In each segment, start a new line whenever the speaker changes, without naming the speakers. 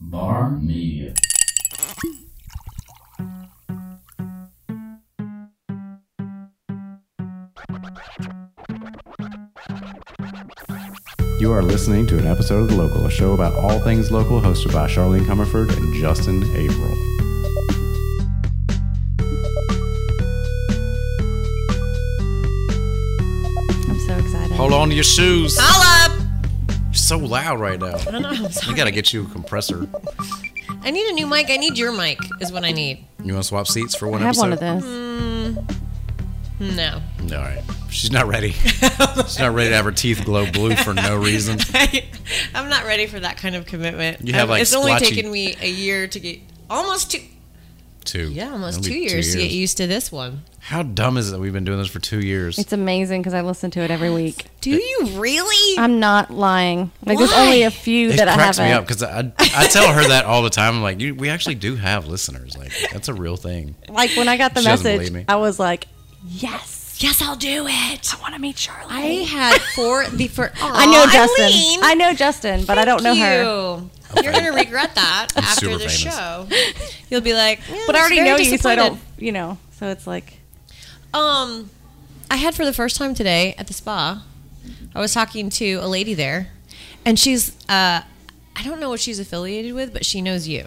Bar Media.
You are listening to an episode of The Local, a show about all things local, hosted by Charlene Comerford and Justin Averill.
I'm so excited.
Hold on to your shoes.
Holla!
You're so loud right now.
I don't know. I'm sorry.
We gotta get you a compressor.
I need a new mic. I need your mic, is what I need.
You wanna swap seats for
I
one
have
episode?
one of those.
No.
All right. She's not ready. She's not ready to have her teeth glow blue for no reason.
I, am not ready for that kind of commitment.
You have,
I've-
like,
It's only
splotchy-
taken me a year to get almost two.
Two.
Yeah, almost
That'll
two
be
years, to get used to this one.
How dumb is it that we've been doing this for two years?
It's amazing because I listen to it every week.
Do you really?
I'm not lying. Like there's
Why?
only a few
it
that I
cracks
haven't.
me up because I, I tell her that all the time. I'm like, you, we actually do have listeners. Like, that's a real thing.
Like when I got the
She doesn't
message,
believe me.
I was like, "Yes,
yes, I'll do it.
I want to meet Charlie."
I had four. The for
I know Justin. I
I
know Justin, but I don't know her.
You. are gonna regret that after
super
the
famous.
show. You'll be like, "Yeah,
But
I
I
was
already
very
know you, so I
disappointed."
don't. You know, so it's like
Um, I had for the first time today at the spa. I was talking to a lady there, and she's uh, I don't know what she's affiliated with, but she knows you,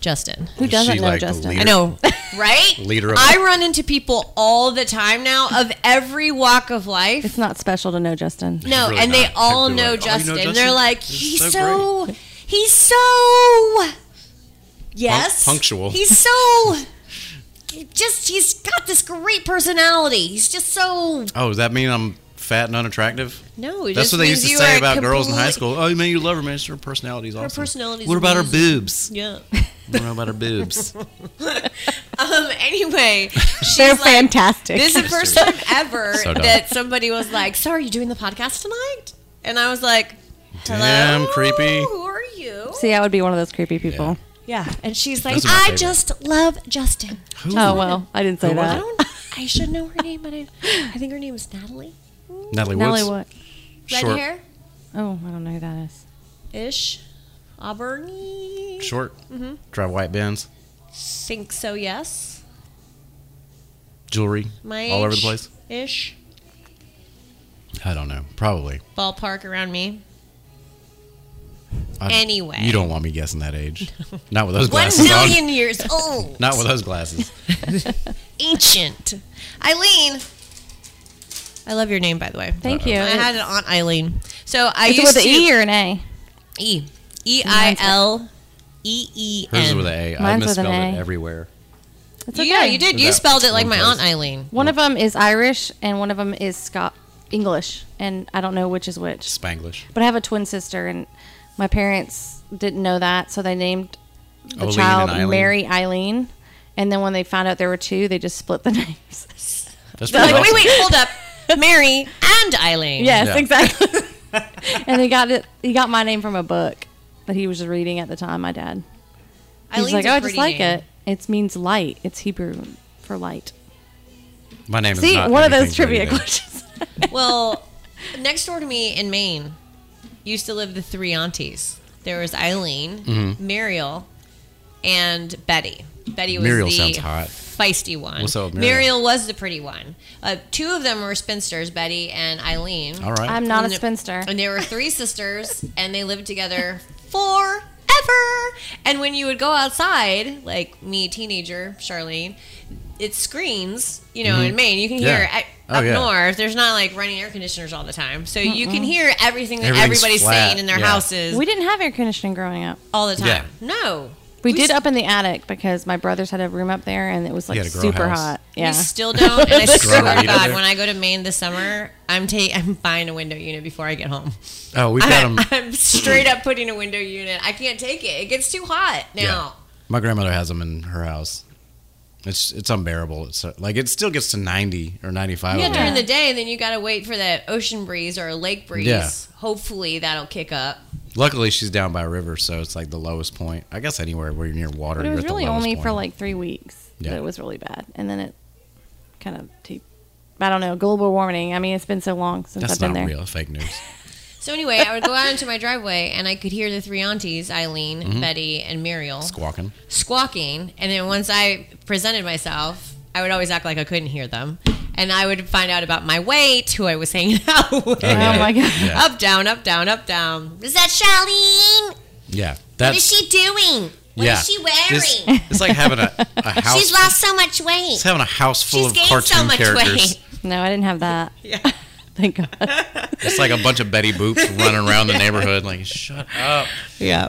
Justin.
who
Is
doesn't
she,
know
like, the
Justin?
leader?
I know, right?
Leader of-
I run into people all the time now of every walk of life.
It's not special to know Justin.
No,
really
and they
not.
all
People are like,
know,
"Oh, you know
Justin.
Justin?
They're like,
He's
he's
so
so, he's so, yes,
punctual.
He's so. Just he's got this great personality. He's just so
Oh, does that mean I'm fat and unattractive?
No, it
That's
just
what they
means
used to
you
say
are
about girls in high
complete-
school. Oh, man, you love her, man. Her personality's awesome.
personality's
What about her
amazing.
boobs?
Yeah.
I don't know about her boobs.
Um. Anyway, she's
They're
like,
fantastic.
This is the first time ever
So dumb.
that somebody was like, "So are you doing the podcast tonight?" And I was like, Hello?
Damn, creepy.
Who are you?"
See, I would be one of those creepy people.
Yeah. And she's like,
Those are my
"I
favorite.
just love Justin."
Oh well, I didn't say
Who was
I
that.
don't. I should know her name, but I, I think her name is Natalie.
Natalie Woods.
Natalie, what?
Red
Short.
hair,
Oh, I don't know who that is.
ish, auburn.
Short.
Mm-hmm.
Drive white Benz.
Think so? Yes.
Jewelry.
My
all over
age
the place.
Ish.
I don't know. Probably.
Ballpark around me.
I-
Anyway.
You don't want me guessing that age. Not with those
One
glasses on.
million years old.
Not with those glasses.
ancient. Eileen. I love your name, by the way.
Thank you.
Uh, I had an aunt Eileen. So I
Is it
used
with an
to
E or an A?
E E I L E E
Hers is with
N.
an A. I
Mine's with an
misspelled it
A.
everywhere.
It's
You- Yeah, you did. You
That-
spelled it like my
one
aunt
place.
Eileen.
One of them is Irish and one of them is Scot English, and I don't know which is which.
Spanglish.
But I have a twin sister, and my parents didn't know that, so they named the
Oleen
child
and Eileen.
Mary Eileen. And then when they found out there were two, they just split the names.
That's
Like,
pretty
wait,
awesome.
wait, hold up. Mary and Eileen.
yes,
Yeah.
exactly. and he got it. He got my name from a book that he was reading at the time. My dad. He was
Eileen's
like,
a
"Oh, I just
pretty
like
name.
it. It means light. It's Hebrew for light."
My name is
See,
not
one of those
anything pretty
trivia
though.
questions.
Well, next door to me in Maine used to live the three aunties. There was Eileen,
Mm-hmm.
Muriel, and Betty. Betty was
Muriel
the
sounds hot.
feisty one.
What's up with Muriel?
Muriel? was the pretty one. Uh, two of them were spinsters, Betty and Eileen.
All right.
I'm not a
And-
spinster.
And they were three sisters, and they lived together forever. And when you would go outside, like me, teenager Charlene, it's screens. You know, in Maine, you can
Mm-hmm. Yeah.
hear it
Oh,
up
yeah.
north. There's not like running air conditioners all the time, so you can hear everything that
Everything's
everybody's
flat,
saying in their
yeah.
houses
We didn't have air conditioning growing up.
all the
Yeah.
time. No,
We, did
s-
up in the attic because my brothers had a room up there and it was like
had a grow
super
house.
hot.
We
Yeah.
still don't, and I swear
Grow
to
meat up
God,
there.
when I go to Maine this summer, I'm ta- I'm buying a window unit before I get home.
Oh, we've got
I'm,
them.
I'm straight up putting a window unit. I can't take it. It gets too hot now.
My grandmother has them in her house. It's it's unbearable. It's uh, like it still gets to 90 or 95.
Yeah,
over there.
during the day, and then you got to wait for that ocean breeze or a lake breeze.
Yeah.
Hopefully, that'll kick up.
Luckily, she's down by a river, so it's like the lowest point. I guess anywhere where you're near water,
But it
you're
was
at the
really
lowest
only
point.
for like three weeks
Yeah.
that it was really bad. And then it kind of, te- I don't know, global warming. I mean, it's been so long since
That's
I've been
not
there.
real. Fake news.
So anyway, I would go out into my driveway and I could hear the three aunties, Eileen,
Mm-hmm.
Betty, and Muriel,
Squawking.
squawking. And then once I presented myself, I would always act like I couldn't hear them. And I would find out about my weight, who I was hanging out with.
yeah.
Oh my god.
Yeah.
Up, down, up, down, up, down. Is that Charlene?
Yeah.
What is
That's
she doing? What is
yeah.
she
It's,
wearing?
it's like having a, a house.
She's lost so much weight.
it's having a house full
She's
of
gained
cartoon
so much
characters.
weight.
No, I didn't have that.
Yeah.
Thank God.
It's like a bunch of Betty Boops running around the neighborhood. Like, shut up.
Yeah.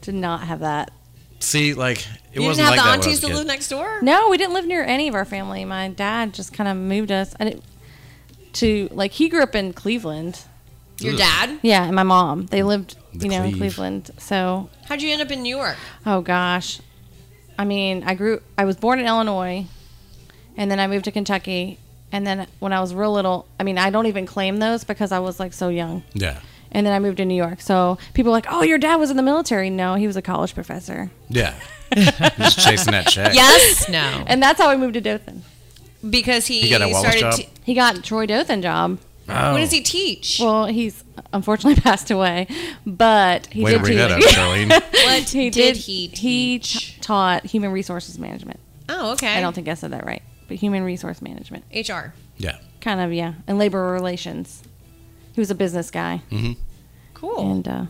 Did not have that.
See, like it
You didn't
wasn't
have
like
the
that. when I
aunties
was a
that
kid.
live next door?
No, we didn't live near any of our family. My dad just kind of moved us and it, to like he grew up in Cleveland.
Your
Ugh.
dad?
Yeah, and my mom. They lived,
The
you know, in
Cleve.
Cleveland. So,
How'd you end up in New York?
oh gosh. I mean, I grew I was born in Illinois and then I moved to Kentucky and then when I was real little, I mean, I don't even claim those because I was like so young.
Yeah,
And then I moved to New York. So, people are like, "Oh, your dad was in the military." No, he was a college professor.
yeah. Just chasing that check.
Yes. no.
And that's how I moved to Dothan.
Because he,
He got a Wallace
started.
job?
T-
He got Troy Dothan job.
Oh.
What does he teach?
Well, he's unfortunately passed away, but he
Way to
did
bring
teach.
that up, Charlene.
what
he
did,
did.
he teach?
He t- taught human resources management.
oh, okay.
I don't think I said that right, but human resource management,
HR.
yeah,
kind of yeah, and labor relations. He was a business guy,
Oh.
Cool.
and uh,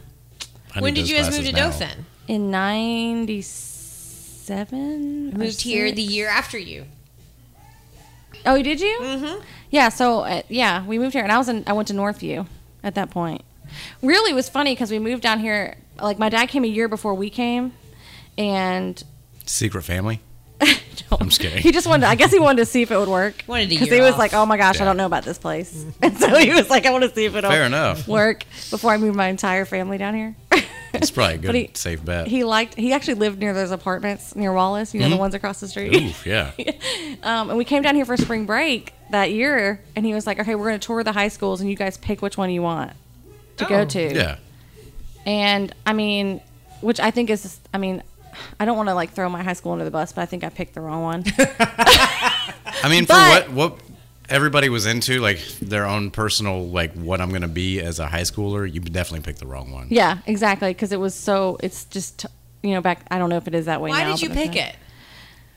I
when
need
did
those
you guys move
classes
to
now.
Dothan?
in '97,
I moved here the year after you.
Oh, did you? Mm-hmm. Yeah. So uh, yeah, we moved here, and I was in. I went to Northview at that point. Really, it was funny because we moved down here. Like my dad came a year before we came, and
Secret family.
No.
I'm just kidding.
He just wanted. I guess he wanted to see if it would work.
Wanted a
because
year
he was
off.
like, "Oh my gosh,
Yeah.
I don't know about this place," and so he was like, "I want to see if it'll
Fair enough.
work before I move my entire family down here."
It's probably a
But
good,
he-
safe bet. Mm-hmm.
He liked. He actually lived near those apartments near Wallace. You know the ones across the street.
Ooh, yeah.
Um, and we came down here for spring break that year, and he was like, "Okay, we're going to tour the high schools, and you guys pick which one you want to
Oh.
go to."
Yeah.
And I mean, which I think is, I mean, I don't want to like throw my high school under the bus, but I think I picked the wrong one.
I mean,
But-
for what what everybody was into, like their own personal, like what I'm gonna be as a high schooler, you definitely picked the wrong one.
yeah, exactly, because it was so. It's just you know back. I don't know if it is that way.
Why
now,
did you
but it's
pick
not.
it?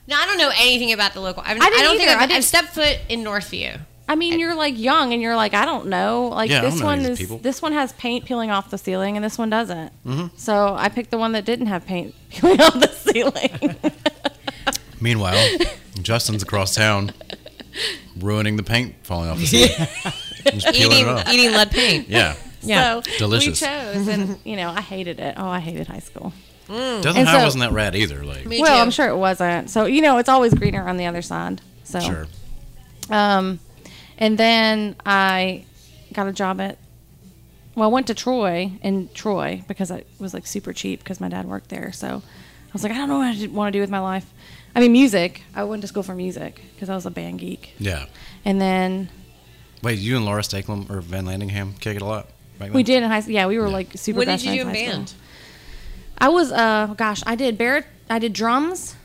No, I don't know anything about the local. I've, I,
I didn't
don't think
either.
I've,
I
I've
didn't-
stepped foot in Northview.
I mean, you're like young, and you're like, I don't know. Like
Yeah, I don't
this
know
one
these
is
people. Mm-hmm.
this one has paint peeling off the ceiling, and this one doesn't. So I picked the one that didn't have paint peeling off the ceiling.
Meanwhile, Justin's across town, ruining the paint falling off the ceiling. Just peeling
Eating, e-
it off.
eating lead paint.
Yeah.
Yeah.
So
Delicious.
We chose, and you know, I hated it. Oh, I hated high school.
Doesn't
And
how
so-
wasn't that rad either. Like
Me
well,
too.
I'm sure it wasn't. So you know, it's always greener on the other side. So,
sure.
um, and then I got a job at. Well, I went to Troy in Troy because it was like super cheap because my dad worked there. So I was like, I don't know what I want to do with my life. I mean, music. I went to school for music because I was a band geek.
Yeah.
And then
Wait, you and Laura Stakelum or Van Landingham kick it a lot? Back
we
then?
did in high school. Yeah, we were like super.
What did
best
you do in
friends high school.
band?
I was, uh, gosh, I did bar- I did drums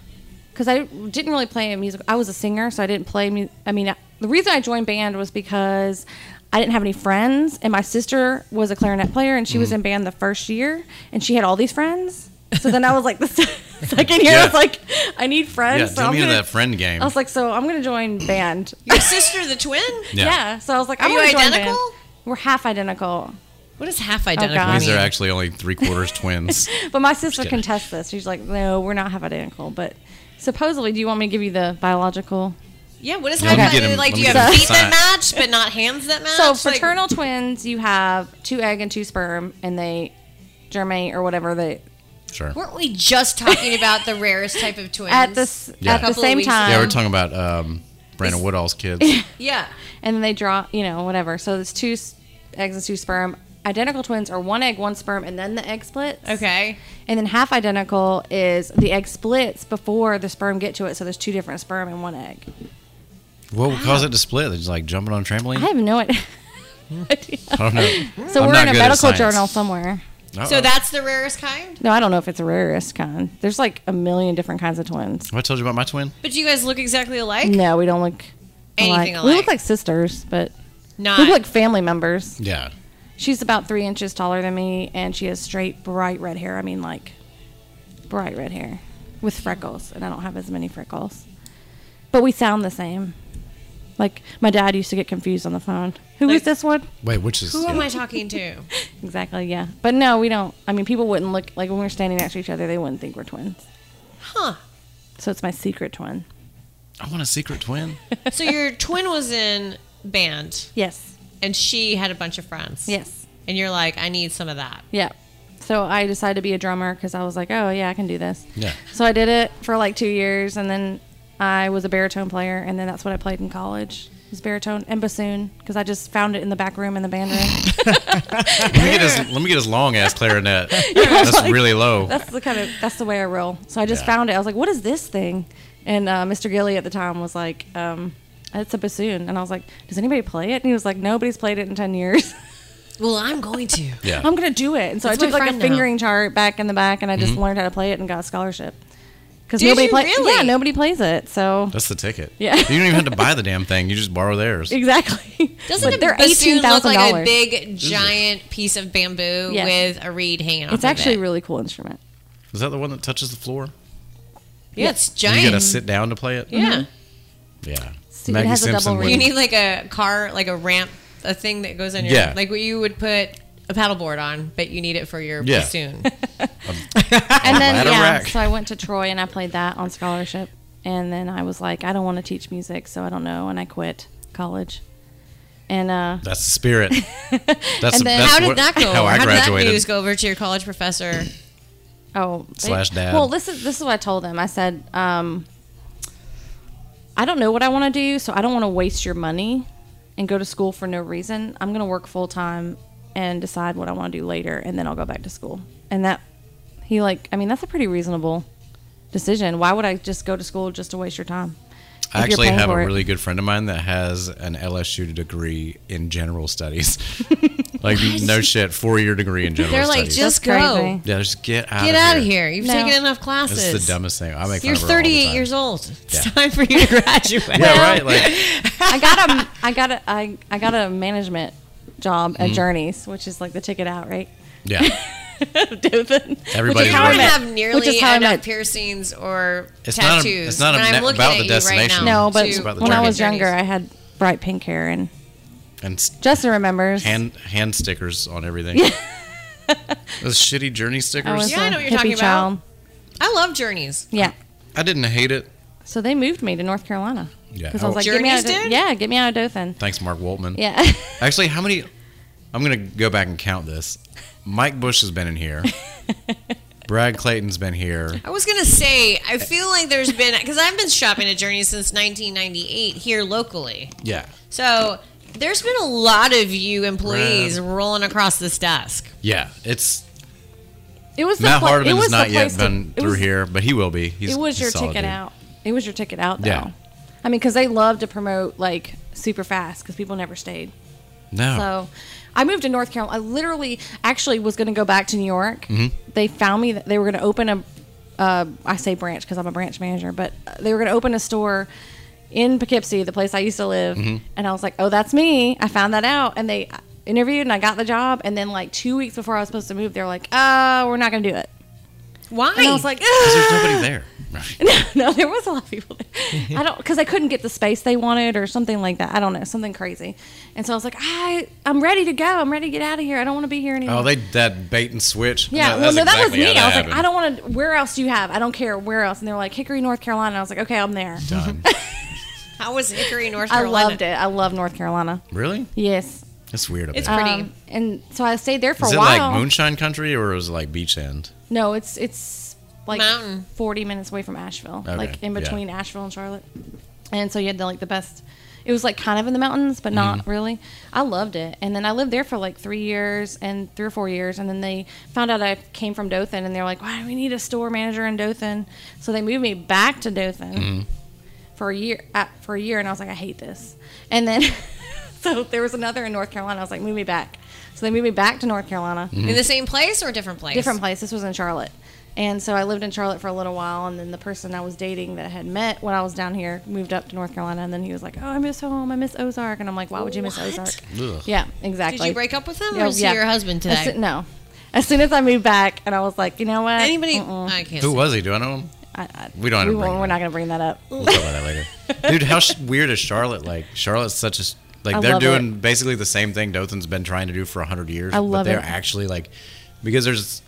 because I didn't really play a music. I was a singer, so I didn't play. Mu- I mean, I- the reason I joined band was because I didn't have any friends, and my sister was a clarinet player, and she
Mm-hmm.
was in band the first year, and she had all these friends. So then I was like, the se- second year, I
Yeah.
was like, I need friends.
Yeah,
so
jump
I'm
into
gonna-
that friend game.
I was like, so I'm gonna join band.
Your sister, the twin?
yeah.
Yeah.
So I was like,
Are
I'm
you
gonna join
identical?
band. We're half identical,
What is half identical?
God.
These
mean?
are actually only three quarters twins.
but my sister
kidding.
contests this. She's like, no, we're not half identical, but. Supposedly, do you want me to give you the biological
yeah, what is
Yeah,
half
let me get
identical?
him-
Like,
let
do
me
you
get
have
him
feet that
signed.
match, but not hands that match?
So
Like,
fraternal twins, you have two egg and two sperm, and they germinate or whatever they
Sure.
weren't we just talking about the rarest type of twins?
at this
Yeah.
at the
Couple of
same
weeks ago.
time,
yeah, we're talking about um, Brandon Woodall's kids.
Yeah.
and then they draw, you know, whatever. So it's two s- eggs and two sperm. Identical twins are one egg, one sperm, and then the egg splits.
Okay.
And then half identical is the egg splits before the sperm get to it. So there's two different sperm and one egg.
What would cause it to split? They're just like jumping on a trampoline?
I have no idea.
I don't know.
So
Hmm. I'm
we're
not
in a
good at
medical
science.
journal somewhere.
Uh-oh.
So that's the rarest kind?
No, I don't know if it's the rarest kind. There's like a million different kinds of twins.
Have I told you about my twin?
But you guys look exactly alike?
No, we don't look
Anything
We
alike.
look like sisters, but
Not.
we look like family members.
Yeah.
She's about three inches taller than me, and she has straight, bright red hair. I mean, like, bright red hair with freckles, and I don't have as many freckles. But we sound the same. Like, my dad used to get confused on the phone. Who is
Like-
this one?
Wait, which is
Who
yeah.
am I talking to?
Exactly, yeah. But no, we don't. I mean, people wouldn't look, like, when we're standing next to each other, they wouldn't think we're twins.
Huh.
So it's my secret twin.
I want a secret twin.
So your twin was in band
Yes.
and she had a bunch of friends.
Yes.
And you're like, I need some of that.
Yeah. So I decided to be a drummer because I was like, oh, yeah, I can do this.
Yeah.
So I did it for like two years, and then I was a baritone player, and then that's what I played in college. Was baritone and bassoon because I just found it in the back room in the band room.
Let me get his, let me get his long ass clarinet. That's really low.
that's the kind of that's the way I roll. So I just
Yeah.
found it. I was like, what is this thing? And uh, Mr. Gilly at the time was like, um, it's a bassoon, and I was like, does anybody play it? And he was like, nobody's played it in ten years.
Well, I'm going to.
yeah.
I'm gonna do it. And so
That's
I
my
took like a
friend now.
fingering chart back in the back, and I just
Mm-hmm.
learned how to play it and got a scholarship. Because
Did
nobody
you
plays.
really?
Yeah, nobody plays it. So
That's the ticket.
Yeah.
You don't even have to buy the damn thing. You just borrow theirs.
exactly.
Doesn't
But
a bassoon look like a
$18,000.
big giant piece of bamboo
Yes.
with a reed hanging off
It's actually a
of it?
really cool instrument.
Is that the one that touches the floor?
yeah, it's
And
giant.
You gotta sit down to play it.
Yeah.
Yeah.
See, it has a double ring.
You
wouldn't-
need like a car, like a ramp, a thing that goes on your
Yeah.
like what you would put a paddleboard on, but you need it for your
Yeah.
bassoon.
And then
ladder
yeah,
rack.
so I went to Troy and I played that on scholarship. And then I was like, I don't want to teach music, so I don't know, and I quit college. And uh,
That's the spirit. That's,
And then
that's
How did
what-
that go?
How I
did that
graduated.
news go over to your college professor?
Oh, they-
Slash dad.
Well, this is this is what I told him. I said, um, I don't know what I want to do, so I don't want to waste your money and go to school for no reason. I'm going to work full time and decide what I want to do later, and then I'll go back to school. And that he like, I mean, that's a pretty reasonable decision. Why would I just go to school just to waste your time?
I
if you're
actually
paying
have a
for it?
really good friend of mine that has an LSU degree in general studies. like no shit, four year degree in general
They're like,
studies.
just
That's
go.
crazy.
yeah, just get out
Get
of
out of
here.
here. You've
No.
taken enough
This
classes.
is the dummest thing. I make
You're
fun of her all the
38
time.
years old. It's
Yeah.
time for you to graduate.
Yeah, right. Like
I got a I got a I, I got a management job
Mm-hmm.
at Journeys, which is like the ticket out, right?
yeah.
Dothan.
Everybody
I
works.
don't
met-
have
which is
nearly
how I
enough
met-
piercings or
It's not a-
tattoos.
it's not a
and I'm
net-
looking
about
at
the
you right
destination.
now
No, but
to
It's about the
when I
journey.
was younger, I
journeys.
had bright pink hair, and
And s-
Justin remembers.
hand hand stickers on everything. Those shitty journey
I
stickers.
was
Yeah, I
a
know what you're
hippie
talking about.
child.
I love journeys.
Yeah.
I didn't hate it.
So they moved me to North Carolina.
Yeah.
Because I was
Oh.
like, get me out of
Journeys
Do-
did?
yeah, get me out of Dothan.
Thanks, Mark Waltman.
Yeah.
Actually, how many? I'm gonna go back and count this. Mike Bush has been in here. Brad Clayton's been here.
I was gonna say, I feel like there's been because I've been shopping at Journeys since 1998 here locally.
Yeah.
So there's been a lot of you employees rolling across this desk.
Yeah. It's
it was the
Matt
pla- it
Hardiman
was
has
the
not yet
place to-
been
it
through
was-
here, but he will be. He's,
It was
he's
your
solid
ticket
dude.
out. It was your ticket out, though.
Yeah.
I mean, because they love to promote like super fast because people never stayed.
No.
So I moved to North Carolina. I literally actually was going to go back to New York. They found me that they were going to open a, uh, I say branch because I'm a branch manager, but uh, they were going to open a store in Poughkeepsie, the place I used to live. And I was like, oh, that's me. I found that out. And they interviewed and I got the job. And then like two weeks before I was supposed to move, they were like, uh, we're not going to do it.
Why?
And I was like,
there's nobody there.
no, there was a lot of people. There. I don't because I couldn't get the space they wanted or something like that. I don't know, something crazy. And so I was like, I I'm ready to go. I'm ready to get out of here. I don't want to be here anymore.
Oh, they that bait and switch. No,
yeah, well,
that's
no, that
exactly
was
how
me. I was like,
happened.
I don't want to. Where else do you have? I don't care. Where else? And they're like Hickory, North Carolina. I was like, okay, I'm there.
Done.
how was Hickory, North
I
Carolina?
loved it. I love North Carolina.
Really?
Yes.
That's weird. About
It's
it.
pretty.
Um, and so I stayed there for
Is
a
it
while.
like moonshine country or is it like beach sand?
No, it's it's like
Mountain.
forty minutes away from Asheville,
Okay,
like in
yeah.
between Asheville and Charlotte. And so you had the, like the best. It was like kind of in the mountains, but not
Mm-hmm.
really. I loved it, and then I lived there for like three years and three or four years, and then they found out I came from Dothan, and they're like, "Why do we need a store manager in Dothan?" So they moved me back to Dothan
Mm-hmm.
for a year. At, for a year, and I was like, "I hate this." And then, so there was another in North Carolina. I was like, "Move me back." So they moved me back to North Carolina
Mm-hmm.
In the same place or a different place?
different place. This was in Charlotte. And so I lived in Charlotte for a little while, and then the person I was dating that I had met when I was down here moved up to North Carolina, and then he was like, "Oh, I miss home. I miss Ozark." And I'm like, "Why would you miss
What?
Ozark?"
Ugh.
Yeah, exactly.
Did you break up with him,
Yeah,
or is
yeah.
he your husband
As
today?
soo- no. As soon as I moved back, and I was like, you know what?
Anybody?
Mm-mm.
I can't.
Who
say.
was he? Do I know him?
I, I,
We don't have to bring it
We won't, we're
up.
not going to bring that up.
We'll talk about that later. Dude, how sh- weird is Charlotte? Like Charlotte's such a s- like
I
they're
love
doing basically the same thing Dothan's been trying to do for hundred years.
I
but
love
they're
it.
actually like because there's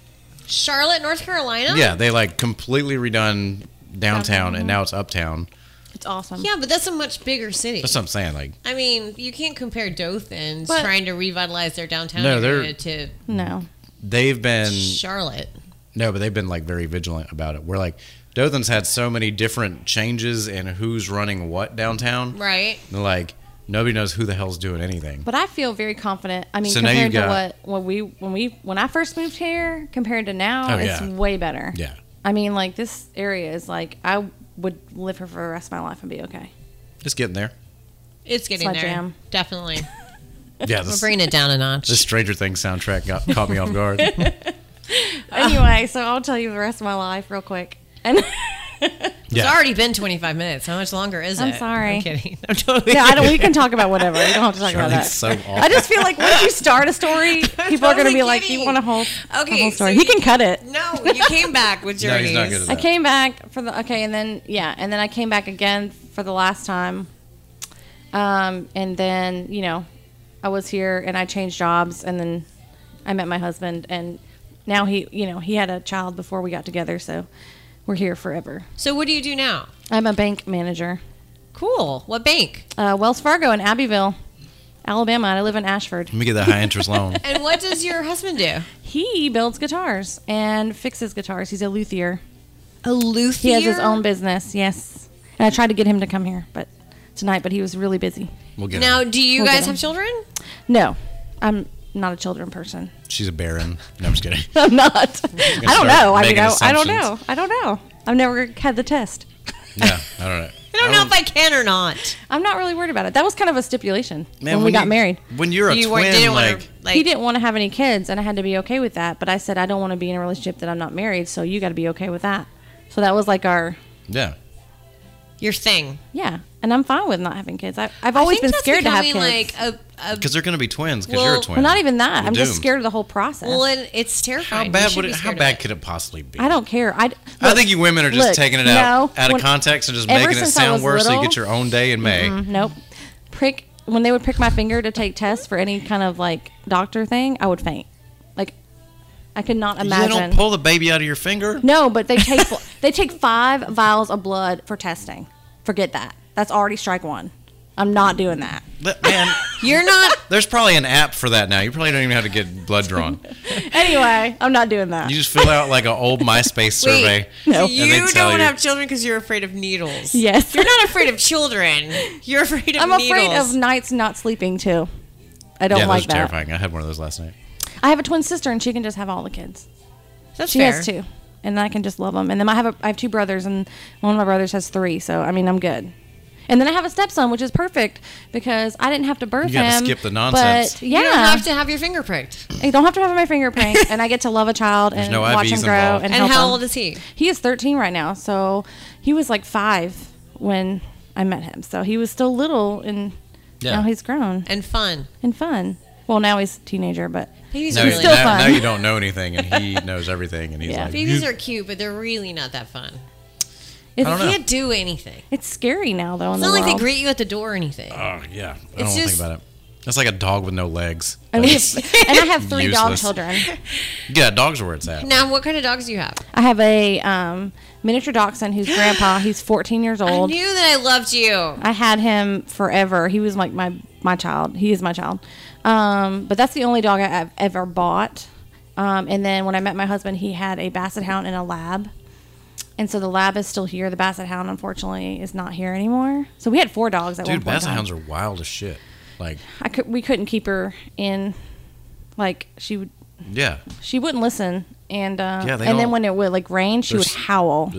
Charlotte, North Carolina.
yeah they like completely redone downtown and now it's uptown.
It's awesome.
Yeah, but that's a much bigger city.
That's what I'm saying. Like
I mean, you can't compare Dothan's
But-
trying to revitalize their downtown
No, they're-
area to
No.
they've been
Charlotte.
no, but they've been like very vigilant about it. We're like Dothan's had so many different changes in who's running what downtown.
Right.
They're like nobody knows who the hell's doing anything.
But I feel very confident. I mean,
So now
compared
you've
to
got-
what when we when we when I first moved here, compared to now,
Oh,
it's
yeah.
way better.
Yeah.
I mean, like this area is like I would live here for the rest of my life and be okay.
It's getting there.
It's getting
my
there.
jam.
Definitely.
Yeah,
We're
this,
bringing it down a notch.
this Stranger Things soundtrack got, caught me off guard.
Anyway, so I'll tell you the rest of my life real quick. And
Yeah.
It's already been 25 minutes. How much longer is
I'm
it?
sorry.
I'm kidding. I'm totally.
yeah, I don't, we can talk about whatever. You don't have to talk about that.
Charlotte's so awful.
I just feel like once you start a story,
I'm
people are going to
totally
be like,
kidding.
"You want a whole,
Okay,
a whole
so
story?"
you-
he can cut it.
No, you came back with
No,
journeys.
he's not good at
I
that.
came back for the okay, and then yeah, and then I came back again for the last time. Um, and then you know, I was here and I changed jobs, and then I met my husband, and now he, you know, he had a child before we got together, so we're here forever.
So what do you do now?
I'm a bank manager,
Cool. What bank?
uh, Wells Fargo in Abbeville, Alabama, and I live in Ashford.
Let me get that high interest loan.
And what does your husband do?
He builds guitars and fixes guitars. He's a luthier.
A luthier.
He has his own business. Yes, and I tried to get him to come here, but tonight, but he was really busy.
We'll get
Now,
her.
do you
We'll get
guys
him.
have children?
No, I'm not a children person.
She's a baron. No, I'm just kidding.
I'm not. I don't
start
know. I mean,
making
I, I don't know.
assumptions.
I don't know. I've never had the test.
Yeah, I don't know.
I don't know if I can or not.
I'm not really worried about it. That was kind of a stipulation
Man,
when, we got
you-
married.
When you're a
you weren't-
twin,
didn't
like,
want to like.
he didn't want to have any kids, and I had to be okay with that. But I said I don't want to be in a relationship that I'm not married, so you got to be okay with that. So that was like our
yeah.
Your thing.
yeah. And I'm fine with not having kids. I, I've always been scared to have kids.
Like a, a
Because they're going to be twins because
Well-
you're a twin.
well, not even that.
You're
I'm just
doomed.
scared of the whole process.
well, and it's terrifying.
How
You
bad
should
would
be
it, how
scared of
bad could it possibly be?
I don't care. I,
I think you women are just
look,
taking it out,
no,
out of
when-
context and just
ever
making it
since I
sound
was
worse so you
little- mm-hmm,
get your own day in May.
Nope. Prick when they would prick my finger to take tests for any kind of like doctor thing, I would faint. Like I could not
You
imagine.
don't pull the baby out of your finger?
no, but they take they take five vials of blood for testing. Forget that. That's already strike one. I'm not doing that.
That- Man,
You're not.
there's probably an app for that now. You probably don't even have to get blood drawn.
Anyway, I'm not doing that.
You just fill out like an old MySpace survey.
Wait,
No.
so
And they
you
tell
don't
you-
have children because you're afraid of needles.
yes,
You're not afraid of children. You're afraid of
I'm
needles.
afraid of nights not sleeping too. I don't
yeah,
like
those are
that.
terrifying. I had one of those last night.
I have a twin sister and she can just have all the kids.
That's
She
fair.
has two, and I can just love them. And then I have a, I have two brothers, and one of my brothers has three. So I mean, I'm good. And then I have a stepson, which is perfect because I didn't have to birth
You gotta
him.
skip the nonsense.
But yeah,
You don't have to have your finger pricked.
I don't have to have my fingerprint, and I get to love a child and
no
watch him
IVs
grow.
involved.
And,
And
help
how
him.
old is he?
He is 13 right now, so he was like five when I met him. So he was still little, and
Yeah.
now he's grown
And fun.
and fun. Well, now he's a teenager, but
Babies
No,
are
you-
really
still
now,
fun.
now you don't know anything, and he knows everything, and he's
Yeah.
like,
Babies are cute, but they're really not that fun.
it's,
I
You
don't know.
can't do anything.
it's scary now though. In
It's
the
not like they
world.
greet you at the door or anything.
oh yeah, I don't
It's
want to think
just-
about it. That's like a dog with no legs.
And, we have,
That's-
and I have three dog
Useless.
children.
yeah, dogs are where it's at.
Now, what kind of dogs do you have?
I have a um, miniature dachshund who's grandpa. He's 14 years
I
old. I,
knew that I loved you.
had him forever. He was like my my child. He is my child. Um, but that's the only dog I- I've ever bought. Um, and then when I met my husband, he had a basset hound and a lab. And so the lab is still here. The basset hound, unfortunately, is not here anymore. So we had four dogs at one
Dude,
point. in
basset
time.
hounds are wild as shit. Like,
I could, we couldn't keep her in. Like she would,
yeah,
she wouldn't listen. And uh,
Yeah, they
and then
don't-
when it would like rain, she would
There's-
howl.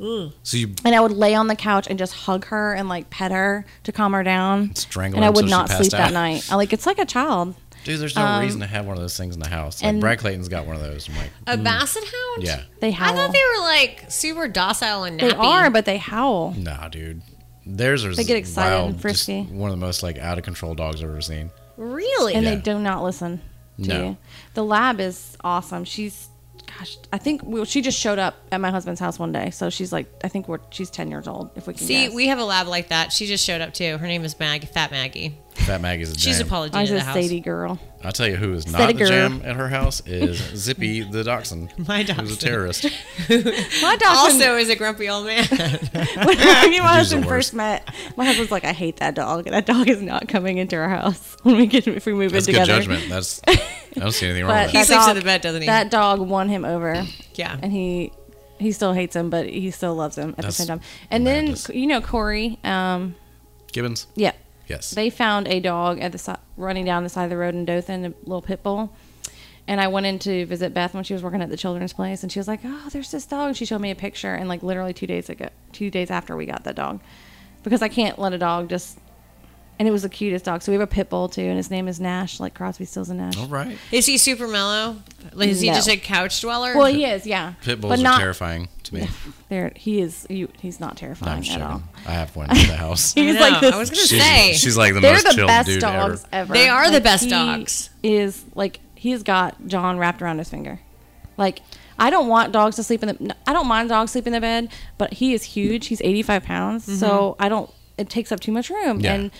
Ooh. so you
and I would lay on the couch and just hug her and like pet her to calm her down.
strangle
and
her
I would
until she
not
passed
sleep
out.
that night. I, like it's like a child.
Dude, there's no reason to have one of those things in the house. Like
Um, and-
Brad Clayton's got one of those. I'm like,
A basset hound?
Mm. yeah,
They
I
howl.
thought they were like super docile and nappy.
They are, but they howl.
nah, dude. Theirs are
They get excited
wild,
and
just
frisky.
One of the most like out of control dogs I've ever seen.
really.
and
Yeah.
they do not listen to
No.
you. The lab is awesome. She's, gosh, I think well, she just showed up at my husband's house one day, so she's like, I think we're she's ten years old. If we can
See,
guess.
we have a lab like that. She just showed up too. Her name is Maggie, Fat Maggie.
Fat Maggie's a
She's a
jam.
Paula
I
Deen
was
of the
a
house.
Sadie girl.
I'll tell you who is
Said
not
a
the
girl.
jam at her house is Zippy the dachshund.
My
Who's a
dachshund.
terrorist.
My dog
Also, is a grumpy old man.
when me and my
She's the
husband first met, my husband's like, I hate that dog. That dog is not coming into our house when we get if we move
That's
in
good
together.
judgment. That's I don't see anything wrong
But
with
he
that.
that
sleeps in
dog-
the bed, doesn't he?
That dog won him over.
Yeah.
and he he still hates him, but he still loves him at the
That's
same time. And
madness.
then you know Corey, um,
Gibbons.
yeah,
Yes.
they found a dog at the si- running down the side of the road in Dothan, a little pit bull. And I went in to visit Beth when she was working at the children's place, and she was like, "Oh, there's this dog." She showed me a picture, and like literally two days ago, two days after we got that dog, because I can't let a dog just. And it was the cutest dog. So we have a pit bull too, and his name is Nash, like Crosby, Stills, and Nash.
All right.
Is he super mellow? Like, is he
No.
just a couch dweller?
Well, he is, yeah.
Pit
But
bulls
not-
are terrifying to me.
There, he is. You, he's not
No,
terrifying
I'm just
at all.
joking. I have one in the house.
He's
No,
like this.
I was gonna
She's,
say
she's like the
They're
most
the
chill
best
dude
dogs
ever.
ever.
They are the best
he
dogs.
Is like he's got John wrapped around his finger. Like I don't want dogs to sleep in the. I don't mind dogs sleeping in the bed, but he is huge. He's eighty five pounds, so
Mm-hmm.
I don't. It takes up too much room.
Yeah.
And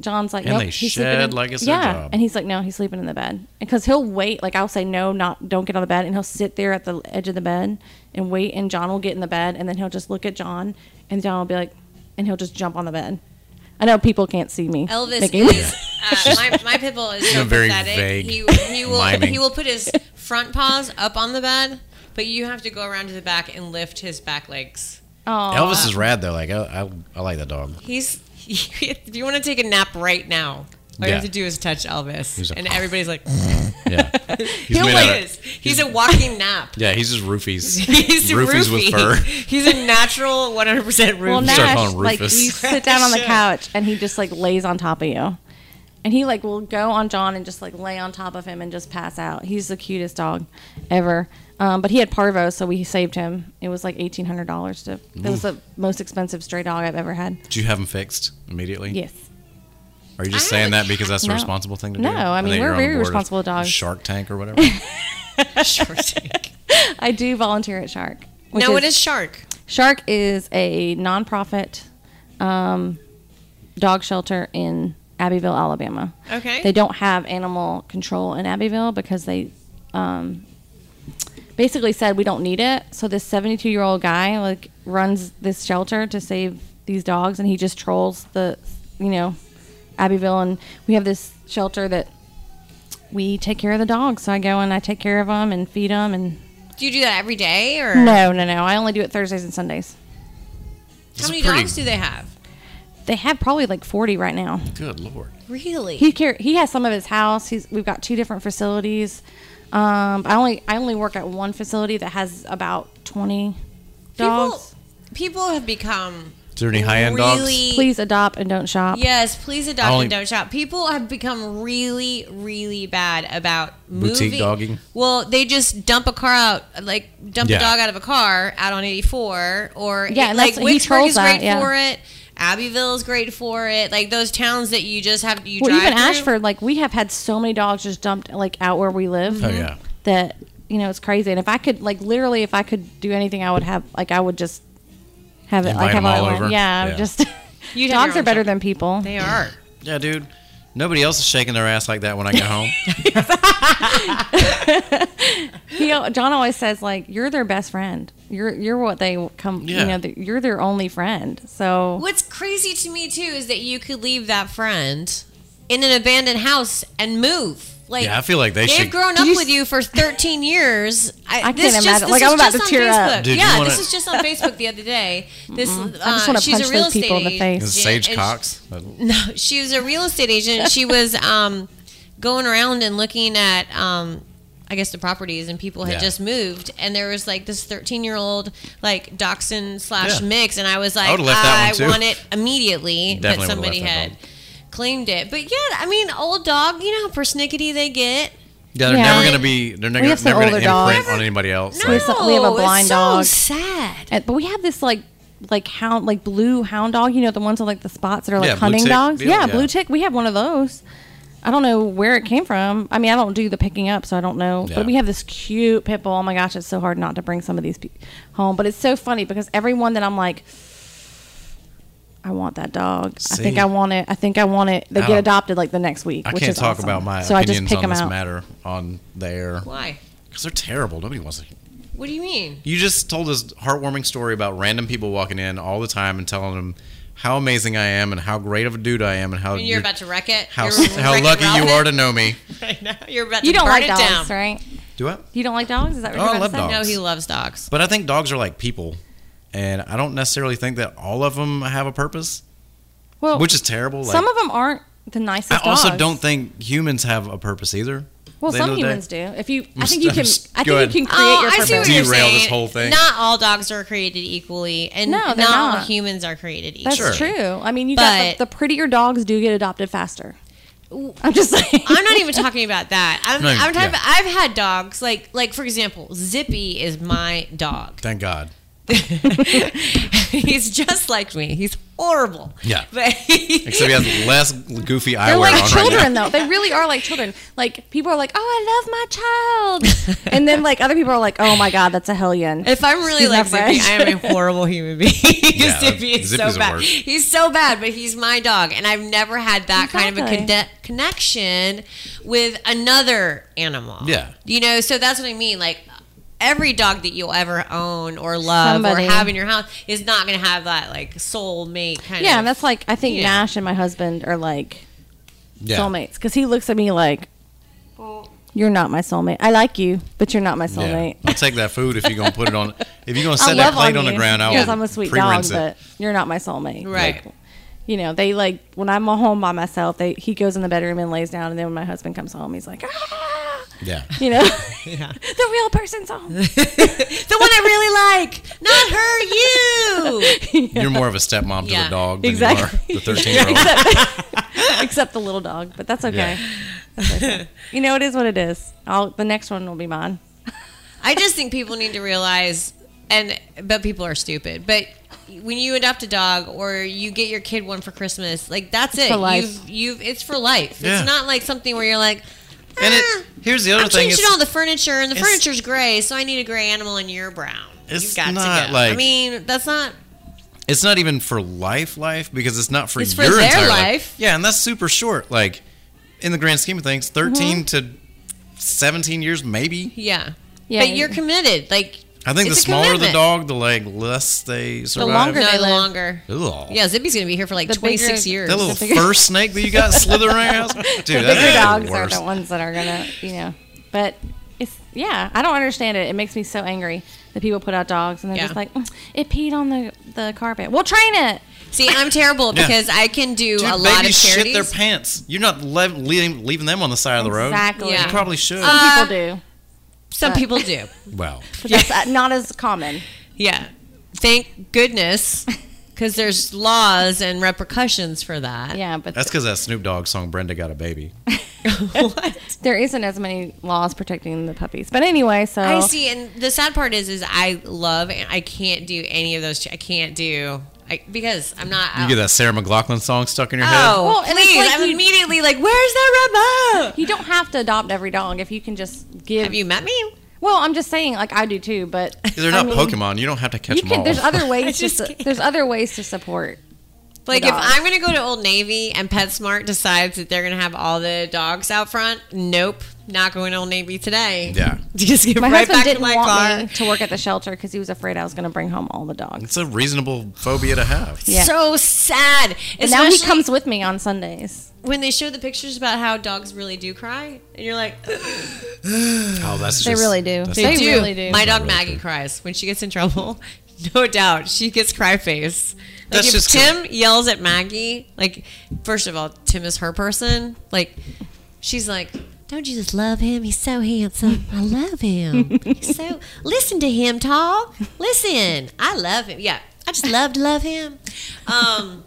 John's like,
And
nope,
they
he's sleeping
shed
in-
like it's their
yeah.
job.
And he's like, no, he's sleeping in the bed because he'll wait. Like I'll say no, not don't get on the bed, and he'll sit there at the edge of the bed and wait. And John will get in the bed, and then he'll just look at John, and John will be like, and he'll just jump on the bed. I know people can't see me.
Elvis
making-
is uh, my, my pit bull is so
a very
pathetic.
vague
he, he will
miming.
he will put his front paws up on the bed, but you have to go around to the back and lift his back legs.
Aw.
Elvis is rad though. Like I, I, I like that dog.
He's if you want to take a nap right now, all you
Yeah.
have to do is touch Elvis,
He's a-
and everybody's like,
Yeah. He's
"He'll
made out of-
wait." He's a walking nap.
Yeah, he's just roofies.
He's a
roofies with
roofie.
fur.
He's a natural 100%
Well,
roofie.
Start
Nash,
calling
like you
Rufus.
sit down on the
Sure.
couch and he just like lays on top of you, and he like will go on John and just like lay on top of him and just pass out. He's the cutest dog ever. Um, but he had parvo, so we saved him. It was like eighteen hundred dollars to. That was the most expensive stray dog I've ever had.
Do you have him fixed immediately?
Yes.
Are you just
I
saying
really-
that because that's the
No.
responsible thing to
No,
do?
I mean,
that you're on
we're
the
very
board of
responsible dogs.
Shark Tank or whatever.
Sure thing.
I do volunteer at Shark. which
now, what is Shark?
Shark is a nonprofit um, dog shelter in Abbeville, Alabama.
Okay.
They don't have animal control in Abbeville because they um, basically said we don't need it. So this 72 year old guy like runs this shelter to save these dogs, and he just trolls the you know Abbeville, and we have this shelter that we take care of the dogs. So I go and I take care of them and feed them and.
Do you do that every day, or
No, no, no. I only do it Thursdays and Sundays.
how
is
many
pretty-
dogs do they have?
They have probably like 40 right now.
Good lord.
Really?
He care he has some of his house. He's we've got two different facilities. Um, I only I only work at one facility that has about 20
people,
dogs.
people have become
Is there any high-end dogs?
really,
Please adopt and don't shop.
Yes, please adopt
Only-
and don't shop. People have become really, really bad about
Boutique
moving.
dogging?
Well, they just dump a car out, like dump
Yeah.
a dog out of a car out on 84, or
Yeah, and
like
that's- he
Wicksburg
trolls
is
that,
great
yeah.
for it. Abbeville is great for it. Like those towns that you just have you
Well,
drive
even
through.
Ashford, like we have had so many dogs just dumped like out where we live.
Mm-hmm.
Oh, yeah.
That you know it's crazy. And if I could like literally, if I could do anything, I would have like I would just have it
Invite
like have
'em all
my own-
over?
Yeah, I would
Yeah.
just
You'd have
dogs
your
are better
own shelter.
than people.
They are.
Yeah, dude. Nobody else is shaking their ass like that when I get home.
he, John always says like you're their best friend. You're you're what they come.
Yeah.
You know, th- you're their only friend. So
What's crazy to me too is that you could leave that friend in an abandoned house and move. Like
Yeah, I feel like they
they've
should-
grown up
you
with you for 13 years. I,
I
this
can't
just,
imagine.
This
Like,
was
I'm about
just
to
on
tear up.
Facebook.
Dude, you
yeah,
wanna-
this was just on Facebook the other day. This
I just
uh,
want to
she's
punch
a real
those
estate
people in the
agent,
face.
Is it
and
Sage
she-
Cox?
no, she was a real estate agent. She was um, going around and looking at, um, I guess, the properties, and people had
Yeah.
just moved, and there was like this thirteen-year-old like dachshund slash
Yeah.
mix, and I was like,
would've left that
I,
one, too.
want it immediately,
Definitely
but
would've
somebody
left that
had. claimed it. But yeah, I mean, old dog, you know how persnickety they get.
Yeah, they're
Yeah.
never gonna be. They're never,
We have some
never gonna
older
imprint
dogs.
on anybody else.
No,
We
Like,
have some- we have a blind
it's so
dog.
sad.
And- but we have this like like hound like blue hound dog. You know the ones with like the spots that are like
Yeah, blue
hunting
tick
dogs.
deal,
yeah,
yeah.
blue tick. We have one of those. I don't know where it came from. I mean, I don't do the picking up, so I don't know.
Yeah.
But we have this cute pit bull. Oh my gosh, it's so hard not to bring some of these pe- home. But it's so funny because everyone that I'm like, I want that dog. I think
See?
I want it. I think I want it. They
Oh.
get adopted like the next week.
I
which
can't
is
talk
awesome.
about my
so I just
opinions
pick
on
them
this
out.
matter on there
Why?
because they're terrible. Nobody wants to.
What do you mean?
You just told this heartwarming story about random people walking in all the time and telling them how amazing I am and how great of a dude I am and how
And you're about to wreck it.
how,
You're
how
wrecking
lucky you
Ralph.
are to know me.
I know. You're about to
You don't
burn
like
it
dogs,
down.
right?
Do I?
You don't like dogs? Is that what
Oh,
you're
I
about
love
to say?
dogs.
No, he loves dogs.
But I think dogs are like people, and I don't necessarily think that all of them have a purpose,
Well,
which is terrible. Like,
Oh, some of them aren't the nicest.
I also
dogs.
don't think humans have a purpose either.
Well,
At the end
some
of the day.
humans do. If you, I
I'm
think you can.
just-
I
go
think you
ahead.
can create your
Oh, I see what
purpose.
you-
you're
Derail this
saying.
whole thing.
Not all dogs are created equally, and
No,
not,
they're
all
not.
humans are created equally.
That's
Sure.
true. I mean, you got
But-
the, the prettier dogs do get adopted faster. I'm just saying.
I'm not even talking about that. I'm,
No,
I'm talking
yeah.
about, I've had dogs like like for example, Zippy is my dog.
Thank God.
He's just like me. He's horrible.
Yeah.
But
Except he has less goofy
They're
eyewear
like
on right
children,
now.
though. They really are like children. Like people are like, "Oh, I love my child," and then like other people are like, "Oh my God, that's a hellion."
If I'm really
Excuse
like
my
Zippy, I
French.
am a horrible human being.
Yeah,
Zippy is
Zippy's
so
the
bad.
worst.
He's so bad, but he's my dog, and I've never had that kind of a
Exactly.
conne- connection with another animal.
Yeah.
you know, so that's what I mean. Like every dog that you'll ever own or love
Somebody.
or have in your house is not going to have that like soulmate kind
Yeah,
of.
and that's like I think
Yeah.
Nash and my husband are like
Yeah.
soulmates because he looks at me like, "You're not my soulmate. I like you, but you're not my
Yeah. Oh,
soulmate."
I'll take that food if you're gonna put it on. If you're gonna
I
set that
love
plate on, the
you
ground, I'll
because I'm a sweet dog,
pre-rinse it.
but you're not my soulmate.
Right.
Like, you know, they like when I'm home by myself. They he goes in the bedroom and lays down, and then when my husband comes home, he's like, ah,
yeah.
you know, the real person's home.
the one I really like, not her. You.
You're more of a stepmom to
Yeah.
the dog than
Exactly.
you are the 13 year old.
Except the little dog, but that's okay.
Yeah.
It's okay. You know, it is what it is. I'll, the next one will be mine.
I just think people need to realize, and but people are stupid. But when you adopt a dog or you get your kid one for Christmas, like that's it.
for life.
You've, you've it's for life.
Yeah.
It's not like something where you're like.
And
"Ah,
it, here's the other
I'm
thing.
changing
it's-
all the furniture, and the
it's-
furniture's gray, so I need a gray animal, and you're brown.
It's
You've got
not
to go. I
like-
mean, that's not.
it's not even for life life because it's not for
It's for
your
their
entire
life. Mm-hmm.
Yeah, and that's super short. Like in the grand scheme of things, 13 to 17 years maybe.
Yeah.
Yeah.
But you're committed. Like
I think
it's
the
a
smaller the
commitment.
dog, the like less they survive.
longer
no
they live.
longer.
Ugh.
Yeah, Zippy's gonna be here for like
The
26
bigger-
years.
That little
The bigger-
first snake that you got slithering around your house? Dude,
Bigger
that's the
dogs are
worst.
the ones that are gonna, you know. But it's yeah, I don't understand it. It makes me so angry that people put out dogs and they're
Yeah.
just like, "Mm, it peed on the the carpet. We'll train it.
See, I'm terrible
Yeah.
because I can do
Dude,
a
babies
lot of
shit
charities.
their pants. You're not le- leaving, leaving them on the side of the road.
Exactly.
Yeah.
You probably should.
Uh,
Some people do,
Some
but-
people do.
wow.
but that's uh, not as common.
Yeah. Thank goodness. Because there's laws and repercussions for that.
Yeah, but
That's because that Snoop Dogg song, Brenda Got a Baby.
what?
there isn't as many laws protecting the puppies. But anyway, so
I see. And the sad part is, is I love and I can't do any of those. ch- I can't do I, because I'm not.
You
out.
get that Sarah McLaughlin song stuck in your head.
Oh,
Well, and it's
please!
like
I'm
you-
immediately like, where's the remote?
you don't have to adopt every dog if you can just give.
Have you met me?
well, I'm just saying, like I do too, but
They're
I
not
mean,
Pokemon. You don't have to catch
You
them
can.
all.
There's other
I
ways. to,
just
su-
can't.
there's other ways to support.
Like,
The
if
dogs.
I'm gonna go to Old Navy and PetSmart decides that they're gonna have all the dogs out front, nope, not going to Old Navy today.
yeah.
just get
My
right
husband
back
didn't
in my
want
car.
me to work at the shelter because he was afraid I was going to bring home all the dogs.
It's a reasonable phobia to have.
Yeah.
So sad.
But now he
Especially-
comes with me on Sundays.
when they show the pictures about how dogs really do cry, and you're like,
Oh, that's just,
They really do.
that's
They
not-
do. really do.
My dog
Not really
Maggie cries when she gets in trouble. No doubt, she gets cry face. Like
That's
if
just
Tim yells at Maggie. Like, first of all, Tim is her person. Like, she's like, "Don't you just love him? He's so handsome. I love him. He's so listen to him talk. Listen, I love him. Yeah, I just love to love him." Um,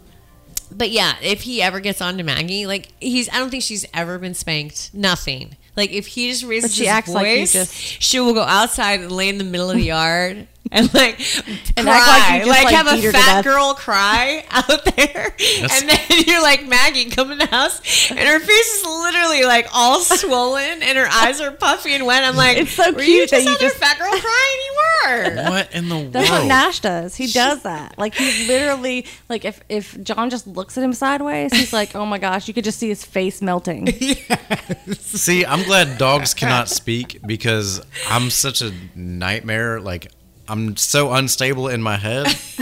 But yeah, if he ever gets on to Maggie, like he's I don't think she's ever been spanked. Nothing. Like if he just raises
But she
his
acts like he
voice,
just-
she will go outside and lay in the middle of the yard and like
And act like
cry.
you
Like,
just, like,
have
beat her
a
to
fat
death.
girl cry out there.
That's-
And then you're like, Maggie, come in the house and her face is literally like all swollen and her eyes are puffy and wet. I'm like,
It's so
were you
cute that
just
you
out there
just-
fat girl crying? You were.
What in the
That's
world?
what Nash does. He does that. Like he literally, like if if John just looks at him sideways, he's like, oh my gosh, you could just see his face melting.
See, I'm glad dogs cannot speak because I'm such a nightmare. Like, I'm so unstable in my head.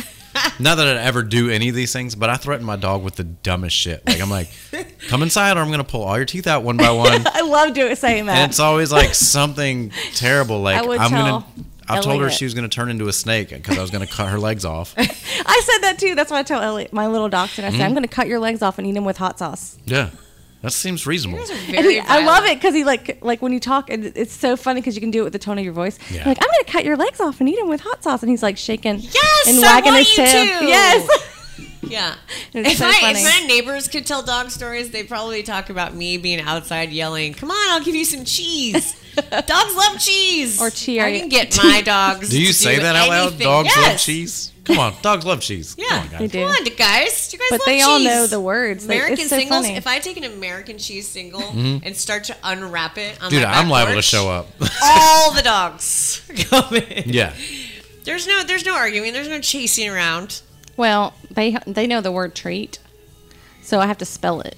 Not that I'd ever do any of these things, but I threaten my dog with the dumbest shit. Like, I'm like, come inside or I'm going to pull all your teeth out one by one.
I love doing saying
And
that.
it's always like something terrible. Like,
would
I'm going
tell
to. I told her
Elliot.
she was going to turn into a snake because I was going to cut her legs off.
I said that too. That's why I tell Elliot, my little dachshund. I said,
Mm-hmm.
I'm going to cut your legs off and eat them with hot sauce.
Yeah. That seems reasonable.
And he,
Very
I love
violent.
it because he like like when you talk, and it's so funny because you can do it with the tone of your voice.
Yeah.
Like I'm going to cut your legs off and eat them with hot sauce, and he's like shaking
Yes,
and
I
wagging
want
his
you
tail.
to.
Yes.
Yeah.
It's
if,
so
my,
funny.
if my neighbors could tell dog stories, they'd probably talk about me being outside yelling, Come on, I'll give you some cheese. dogs love cheese.
Or cheer-
I can get my dogs.
Do you
to
say that out loud?
anything.
Dogs love
Yes.
cheese? Oh Come on. Dogs love cheese. Come
Yeah.
on, guys.
They do.
Come on, guys. You guys
But
love
they all
cheese.
know the words. They- it's
American
so
singles.
funny.
If I take an American cheese single and start to unwrap it
Mm-hmm.
on
Dude,
my back
I'm liable to
porch,
show up.
All the dogs come in.
yeah.
There's no, there's no arguing. There's no chasing around.
Well, they they know the word treat, so I have to spell it.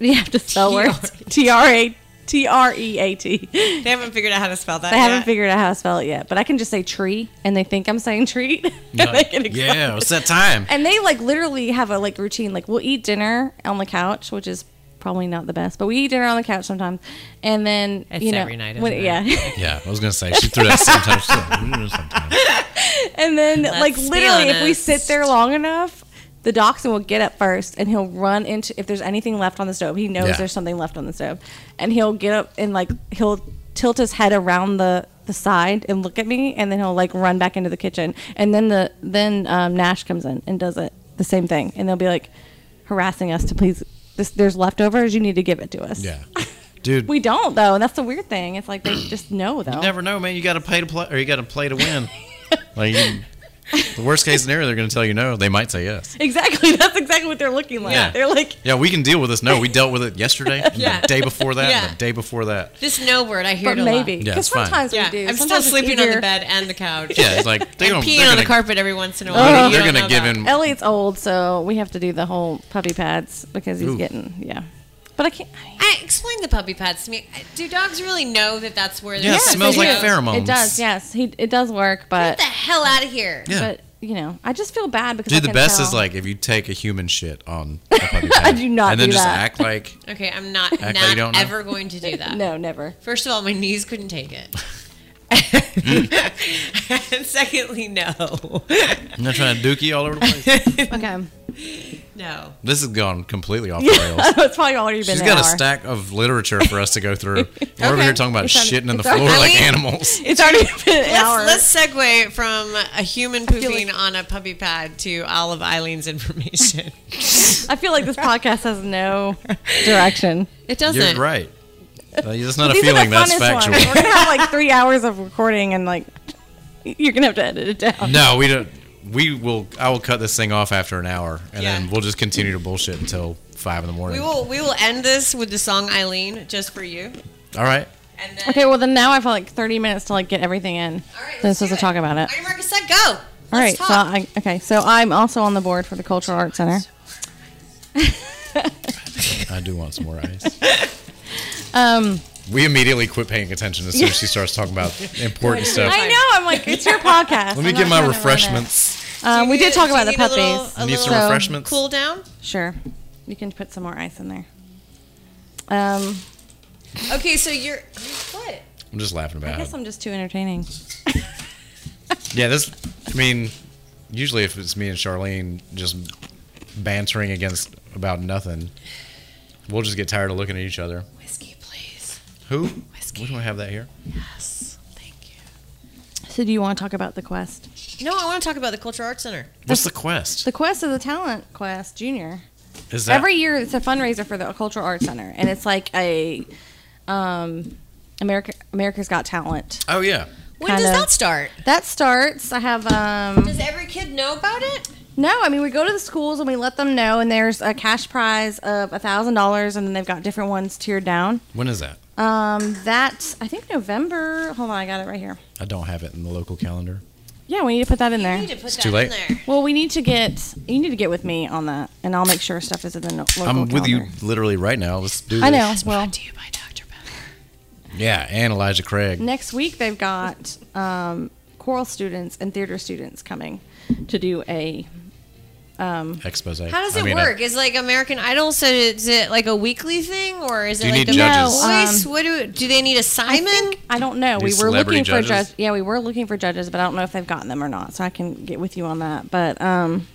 You have to spell words. T R A T R E A T. They
They haven't figured out how to spell that.
haven't
yet.
figured out how to spell it yet, but I can just say tree, and they think I'm saying treat. and they get excited.
Yeah, it's that time.
And they like literally have a like routine. Like we'll eat dinner on the couch, which is probably not the best, but we eat dinner on the couch sometimes. And then
It's
you know,
every night,
when-
isn't it?
yeah.
Yeah, I was gonna say she threw that sometimes.
And then, like,
be
literally, if we sit
honest.
there long enough, the dachshund will get up first and he'll run into, if there's anything left on the stove, he knows
Yeah.
there's something left on the stove. And he'll get up and, like, he'll tilt his head around the, the side and look at me. And then he'll, like, run back into the kitchen. And then the, then um, Nash comes in and does it, the same thing. And they'll be, like, harassing us to please, this, there's leftovers. You need to give it to us.
Yeah, dude,
We don't, though. And that's the weird thing. It's like they just know, though.
never know, man. You gotta pay to play, or you gotta play to win. like you, the worst case scenario, they're gonna tell you no. They might say yes.
exactly. That's exactly what they're looking like.
Yeah.
They're like,
Yeah, we can deal with this. No, we dealt with it yesterday, and
Yeah.
the day before that, and
Yeah.
the day before that.
This no word I hear
but
it a lot.
maybe
Yeah, it's
because
fine.
sometimes
Yeah,
we do.
I'm still
Sometimes it's
sleeping on the
easier.
bed and the couch.
Yeah, it's like they
and
don't.
peeing
they're
on
gonna,
the carpet every once in a
They're,
while. You
they're
don't
gonna
know
give
that.
him.
Elliot's old, so we have to do the whole puppy pads because he's
Ooh.
getting yeah. But I can't.
I explain the puppy pads to me. Do dogs really know that that's where?
Yeah,
they're
it
supposed
smells
to
like
go?
pheromone. pheromones.
It does. Yes, he it does work,
Get
but
the hell out of here.
Yeah.
but you know, I just feel bad because I
Dude, the
can
best is
tell.
like if you take a human shit on a puppy pad,
do not
and then
do
just
that.
act like
Okay, I'm not
like you don't
not
know.
ever going to do that.
no, never.
First of all, my knees couldn't take it.
Mm.
and secondly, no,
I'm not trying to dookie all over the place.
Okay,
no.
this has gone completely off the rails.
it's probably already been.
She's
an
got
hour.
a stack of literature for us to go through. We're over
Okay.
here talking about
It's on-
shitting in the
it's on-
floor
I
like
mean-
animals.
It's already been an hour.
Let's, let's segue from a human
feel
pooping on a puppy pad to all of Eileen's information.
I feel like this podcast has no direction.
it doesn't.
You're right. Uh, It's not a
These are
feeling.
the
That's
funnest
factual.
ones. We're gonna have like three hours of recording, and like you're gonna have to edit it down.
No, we don't. We will. I will cut this thing off after an hour, and then
Yeah.
we'll just continue to bullshit until five in the morning.
We will we will end this with the song Eileen just for you.
All right.
And then,
Okay, well then now I have like 30 minutes to like get everything in.
All right,
so
let's
supposed
do
to talk about it.
On your market set, go.
All right,
Let's
so
talk.
I, okay, so I'm also on the board for the Cultural Arts Center.
I do want some more ice.
Um,
We immediately quit paying attention as soon as she starts talking about important stuff.
I know. I'm like, it's your podcast.
Let me get my refreshments.
Um, we
Do you
did talk
do
about
you
the
need a
puppies.
little- a
Need some
little
So-
refreshments.
Cool down.
Sure, you can put some more ice in there. Um,
Okay, so you're what?
I'm just laughing
I
about it.
guess I'm just too entertaining.
Yeah, this. I mean, usually if it's me and Charlene just bantering against about nothing, we'll just get tired of looking at each other.
Whiskey, please.
Who? We don't have that here.
Yes, thank you.
So, do you want to talk about the quest?
No, I want to talk about the Cultural Arts Center.
What's the quest?
The quest is a talent quest, Junior.
Is that-
every year it's a fundraiser for the Cultural Arts Center, and it's like a um, America America's Got Talent.
Oh yeah.
When does
Kinda.
that start?
That starts. I have um,
Does every kid know about it?
No, I mean we go to the schools and we let them know, and there's a cash prize of a thousand dollars, and then they've got different ones tiered down.
When is that?
Um, that I think November. Hold on, I got it right here.
I don't have it in the local calendar.
Yeah, we need to put that in there.
You need to put
It's
that
too late.
in there.
well, we need to get you need to get with me on that, and I'll make sure stuff is in the no- local
I'm with you
calendar.
literally right now. Let's do.
I
this.
know. Well,
you by Dr. Pepper.
Yeah, and Elijah Craig.
next week they've got um, choral students and theater students coming to do a. um,
expose.
How does it
uh,
work? is like American Idol, so is it like a weekly thing, or is it
Do you
like
need
the
judges?
No, um,
voice? what do do they need a
I
Simon?
think I don't know.
These
we were
celebrity
looking for
judges?
judges. Yeah, we were looking for judges, but I don't know if they've gotten them or not. So I can get with you on that. But um,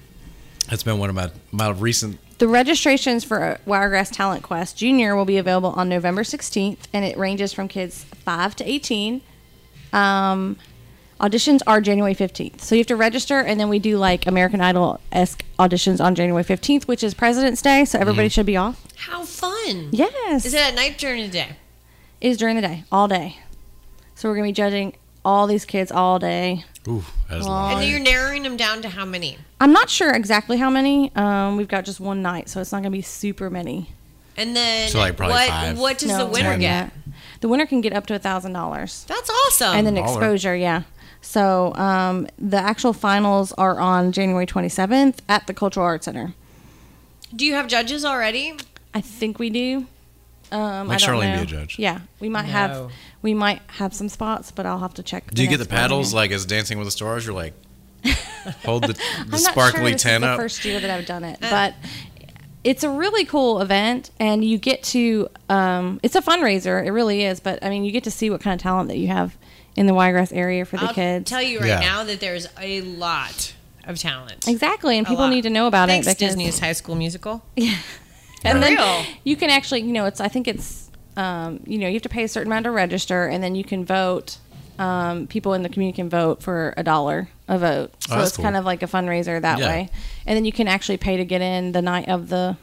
That's been one of my my recent.
The registrations for Wiregrass Talent Quest Junior will be available on November 16th, and it ranges from kids 5 to 18. Um, auditions are January 15th. So you have to register, and then we do like American Idol esque auditions on January 15th, which is President's Day, so everybody
Mm-hmm.
should be off.
How fun!
Yes.
Is it at night during the day?
It is during the day, all day. So we're going to be judging all these kids all day.
Ooh, that is
Well,
long.
And you're narrowing them down to how many?
I'm not sure exactly how many. Um, we've got just one night, so it's not going to be super many.
And then
So, like, probably
what?
five.
What does the
No,
winner
ten.
get?
The winner can get up to a thousand dollars.
That's awesome.
and then
Baller.
exposure, yeah. So um, the actual finals are on January 27th at the Cultural Arts Center.
do you have judges already?
I think we do. Um,
Like
I don't
Charlene be
know.
a judge.
Yeah, we might
No.
have we might have some spots, but I'll have to check.
Do you get the
next morning.
paddles like as Dancing with the Stars? You're like, hold the, the
I'm not
sparkly
sure this
tan
is
up.
The first year that I've done
Uh.
it, but it's a really cool event, and you get to. Um, it's a fundraiser. It really is, but I mean, you get to see what kind of talent that you have in the Wiregrass area for the
I'll
kids.
tell you right
Yeah.
now that there's a lot of talent.
exactly, and
A
people
lot.
need to know about
Thanks,
it because
Disney's High School Musical.
and then
real.
you can actually, you know, it's I think it's um, you know you have to pay a certain amount to register, and then you can vote. Um, people in the community can vote for a dollar a
Oh,
vote, so
that's
it's kind
cool.
of like a fundraiser that
Yeah.
way. And then you can actually pay to get in the night of the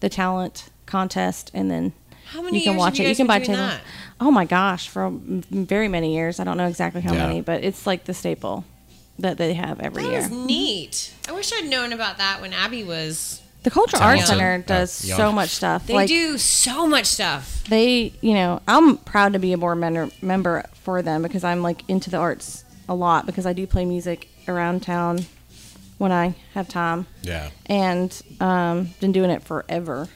the talent contest, and then
How many
you can
years
watch
have you
it. You
guys
can
been
buy
doing
tables.
that?
Oh my gosh, for m- very many years. I don't know exactly how
Yeah.
many, but it's like the staple that they have every
That
year.
was neat. I wish I'd known about that when Abby was.
The Cultural Arts
Talented.
Center
Yeah.
does
Yeah.
so much stuff.
They
like,
do so much stuff.
they you know i'm proud to be a board member, member for them because i'm like into the arts a lot because i do play music around town when i have time
Yeah.
and um, been doing it forever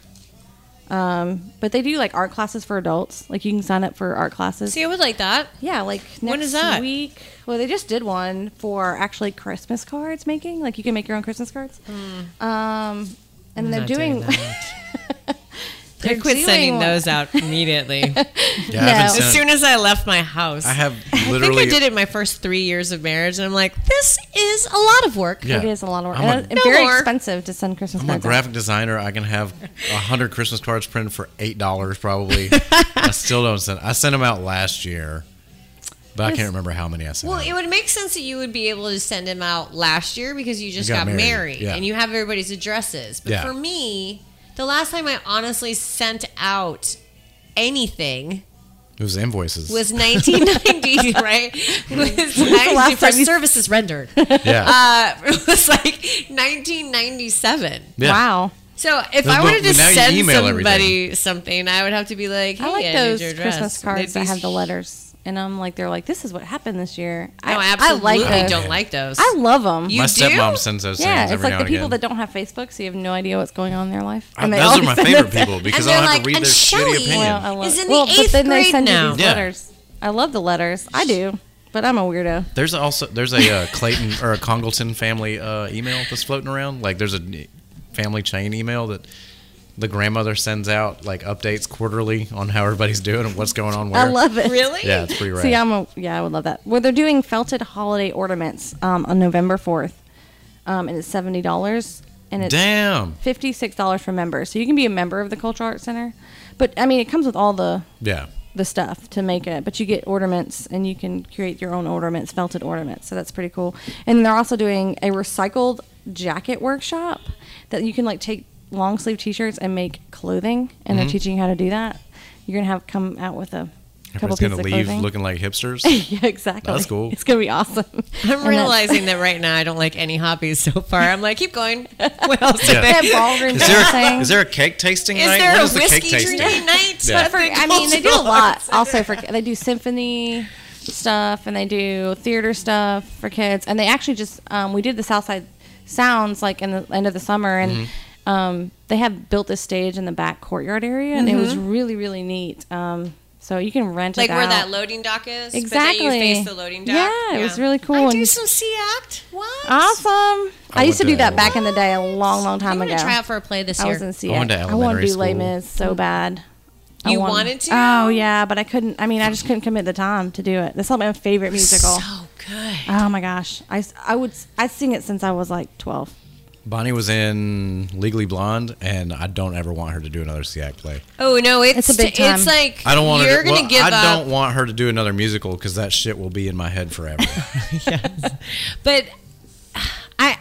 um, but they do like art classes for adults like you can sign up for art classes
See, I would like that.
yeah like next
When is that?
week well they just did one for actually christmas cards making like you can make your own christmas cards
Hmm.
um, and they're
not
doing,
doing They quit
doing
sending
one.
those out immediately.
Yeah. I haven't
as
sent-
soon as I left my house.
I have
I
literally.
think I did it my first three years of marriage, and I'm like, this is a lot of work.
Yeah.
It is a lot of work.
I'm a-
And it's
No
very
more.
expensive to send Christmas
I'm a
cards. out.
graphic designer. I can have a hundred Christmas cards printed for eight dollars probably. I still don't send. I sent them out last year, but I
Yes.
can't remember how many I sent.
Well,
out.
it would make sense that you would be able to send them out last year because you just
You
got,
got
married,
married, yeah.
and you have everybody's addresses. But
Yeah.
for me, the last time I honestly sent out anything
It was invoices.
was 1990, right? Was
last
actually for
time you-
services rendered.
yeah.
Uh, it was like 1997.
yeah.
Wow.
So if
No,
I
but
wanted to
now you
send
email
somebody
everything.
something, I would have to be like, hey,
I like
need
those
your address.
Christmas
And they'd
cards that
be-
have the letters. And I'm like, they're like, this is what happened this year.
No, I
I, I
absolutely
like those.
don't like those.
I love them.
You
My
do?
stepmom sends those
yeah,
things
it's
every
like
now
the
and
people
again.
that don't have Facebook, so you have no idea what's going on in their life.
I-
they
those are
always
my
send
favorite
us that.
people because I
they're
don't have
like,
to read
"And
their shitty
Shelley."
opinion.
Well,
I love-
Is in the
well,
eighth
but then
grade
they send
now.
you these
Yeah.
letters. I love the letters. I do, but I'm a weirdo.
There's also there's a uh, Clayton or a Congleton family uh, email that's floating around. Like there's a family chain email that the grandmother sends out like updates quarterly on how everybody's doing and what's going on where.
I love it.
Really?
Yeah, it's pretty rad.
See, I'm a yeah, I would love that. Well, they're doing felted holiday ornaments um, on November 4th, um, and it's seventy dollars, and it's
Damn.
fifty-six dollars for members. So you can be a member of the Cultural Arts Center, but I mean, it comes with all the
Yeah.
the stuff to make it. But you get ornaments, and you can create your own ornaments, felted ornaments. So that's pretty cool. And they're also doing a recycled jacket workshop that you can like take long sleeve t-shirts and make clothing,
Mm-hmm.
and they're teaching you how to do that, you're gonna have come out with a couple
Everybody's
pieces
gonna
of
leave
clothing.
looking like hipsters.
yeah, exactly.
That's cool.
It's gonna be awesome.
I'm realizing that right now I don't like any hobbies so far. I'm like, keep going. What else?
Yeah.
that
Is
ballroom
Is there,
dancing.
is there a cake tasting night?
there
When
a
is the cake
whiskey
tasting?
drinking night?
Yeah.
for, I mean, they do a lot. Also for they do symphony stuff and they do theater stuff for kids. And they actually just um, we did the Southside Sounds like in the end of the summer and.
Mm-hmm.
Um, they have built this stage in the back courtyard area, and it was really, really neat. Um, so you can rent
Mm-hmm. Like
it
where
out.
that loading dock is.
exactly.
But then you face the loading dock.
Yeah, it was really cool.
I do
and
some sea act. What?
awesome. I, used
went
to
to
do that
Abilene.
back in the day, a long, long
I'm
time
going
ago.
to try out for a play this
I
year.
was in
I
Seattle.
went to
I wanted to
elementary
do Les
school.
Mis so bad. I
Mm-hmm. You
wanted-
wanted to?
Oh yeah, but I couldn't. I mean, I just couldn't commit the time to do it. That's like my favorite musical.
So good.
oh my gosh, I, s- I would s- I sing it since I was like twelve.
Bonnie was in Legally Blonde, and I don't ever want her to do another SEAC play.
Oh no, it's
It's a big time.
It's like
I don't want
you're
her. To,
gonna
well,
give
I
up.
don't want her to do another musical because that shit will be in my head forever.
but I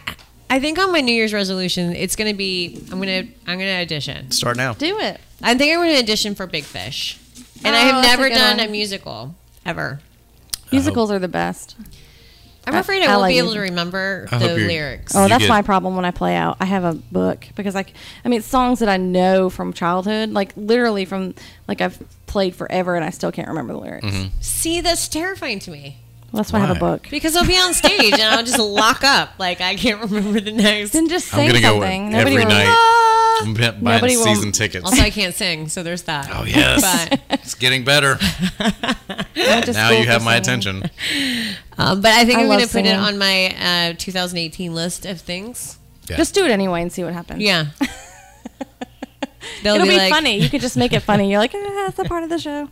I think on my New Year's resolution, it's gonna be I'm gonna I'm gonna audition.
Start now.
Do it.
I think I'm gonna audition for Big Fish, and I
Oh,
have
that's a
never
good
done
one.
a musical ever.
Musicals are the best.
I'm
I-
afraid I,
I
won't
like
be able
it.
to remember
I
the
hope you're-
lyrics.
Oh,
You
that's
get-
my problem when I play out. I have a book because I, c- I mean, it's songs that I know from childhood, like literally from like I've played forever, and I still can't remember the lyrics.
See, that's terrifying to me
That's why I have a
Mm-hmm. Why?
book.
because I'll be on stage and I'll just lock up. Like I can't remember the next.
Then just
I'm
sing
gonna go
something. Nobody
every
will-
night. I'm bu- buying
Nobody will-
season tickets.
Also, I can't sing, so there's that.
oh yes,
But,
it's getting better.
I went to
Now
school
you
for
have my
singing.
attention.
um, but I think
I
I am
love
going to put it
singing.
on my uh, 2018 list of things.
Yeah.
Just do it anyway and see what happens.
Yeah. They'll
It'll be,
like-
funny. You could just make it funny. You're like, ah, that's a part of the show.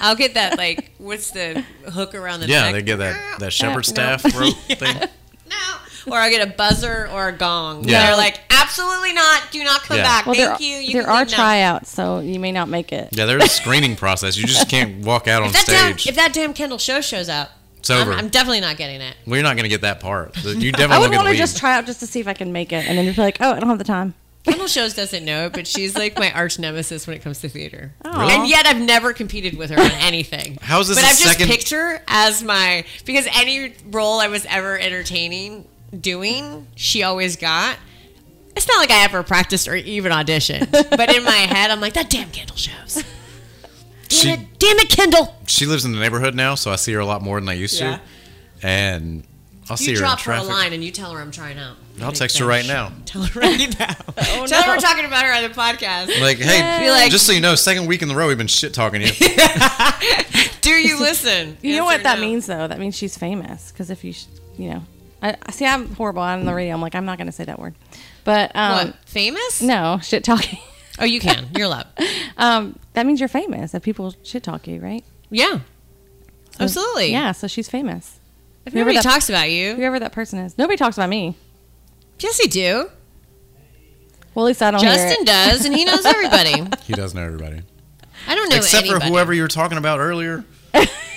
I'll get that like what's the hook around the
yeah,
neck?
they get that that shepherd
no.
staff rope thing.
No. Or I get a buzzer or a gong.
Yeah.
They're like, absolutely not. Do not come
Yeah.
back.
Well,
Thank
there,
you. you
there
can
are
leave now."
tryouts, so you may not make it.
Yeah, there's a screening process. You just can't walk out on
If that, damn,
stage.
if that damn Kendall show shows up,
It's over.
I'm, I'm definitely not getting it.
We're not gonna get that part. You
I
definitely
would
won't
want
get
to
to
just try out just to see if I can make it, and then you're like, oh, I don't have the time.
Kendall shows doesn't know it, but she's like my arch nemesis when it comes to theater.
Really?
And yet I've never competed with her on anything.
How is this
But
the
I've just
second-
picked her as my because any role I was ever entertaining doing, she always got. It's not like I ever practiced or even auditioned, but in my head, I'm like that damn Kendall shows. Damn
She-
it, damn it, Kendall!
she lives in the neighborhood now, so I see her a lot more than I used
Yeah.
to. And I'll see
You
her in
drop her a
traffic.
line and you tell her I'm trying out.
I'll
Big
text her
fish.
right now. Oh,
Tell her right now. tell her we're talking about her on the podcast.
Like, hey,
Be like-
just so you know, second week in the row we've been shit talking you.
Do you listen?
You know
Yes
what
or
that
no?
means, though? That means she's famous. Because if you, sh- you know, I I- see, I'm horrible. I'm on the radio. I'm like, I'm not going to say that word. But um,
What? Famous?
no, shit talking.
Oh, you can. You're allowed.
um, that means you're famous. That people shit talk you, right?
Yeah. Absolutely.
Yeah. So she's famous.
If nobody
Whoever that-
talks about you,
Whoever that person is, nobody talks about me.
yes, they do.
Well, at least I don't. hear
Justin
it.
does, and he knows everybody.
he does know everybody.
I don't know
Except
anybody.
for whoever you were talking about earlier.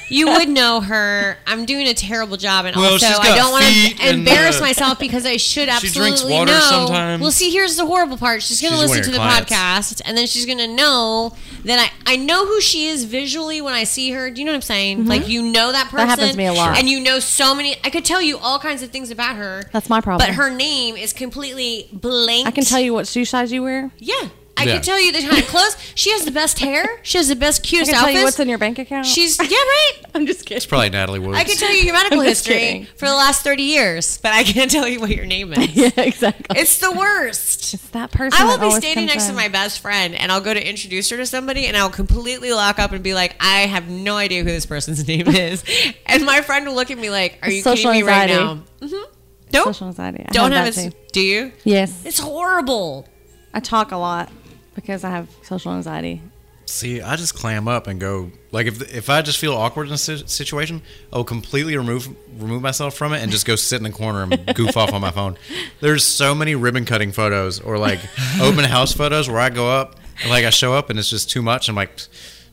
You would know her. I'm doing a terrible job, and
Well,
also
she's
I
got
don't want
feet
to
and,
embarrass
uh,
myself because I should absolutely
drinks water
know.
sometimes.
Well, see, here's the horrible part. She's going to
She's one
listen
of
to the
your clients.
podcast, and then she's going to know that I I know who she is visually when I see her. Do you know what I'm saying? Like you know that person.
Mm-hmm. happens to me a lot.
And you know so many. I could tell you all kinds of things about her.
That's my problem.
But her name is completely blank.
I can tell you what shoe size you wear.
Yeah. I
Yeah.
could tell you the kind of clothes. She has the best hair. She has the best,
I
cutest
can tell
outfits.
you what's in your bank account.
She's yeah, right.
I'm just kidding.
It's probably Natalie Woods.
I could tell you your medical
I'm just
history
kidding.
for the last 30 years, but I can't tell you what your name is.
Yeah, exactly.
It's the worst.
It's that person.
I
that
will be
always
standing
comes
next to
in.
my best friend and I'll go to introduce her to somebody and I'll completely lock up and be like, I have no idea who this person's name is. And my friend will look at me like, Are you
Social
kidding me
anxiety.
right now? hmm Nope.
social anxiety. I
Don't have,
that
a.
too.
Do you?
Yes,
It's horrible.
I talk a lot because I have social anxiety.
See, I just clam up and go like if if I just feel awkward in a si- situation, I'll completely remove remove myself from it and just go sit in the corner and goof off on my phone. There's so many ribbon cutting photos or like open house photos where I go up and like I show up and it's just too much. I'm like,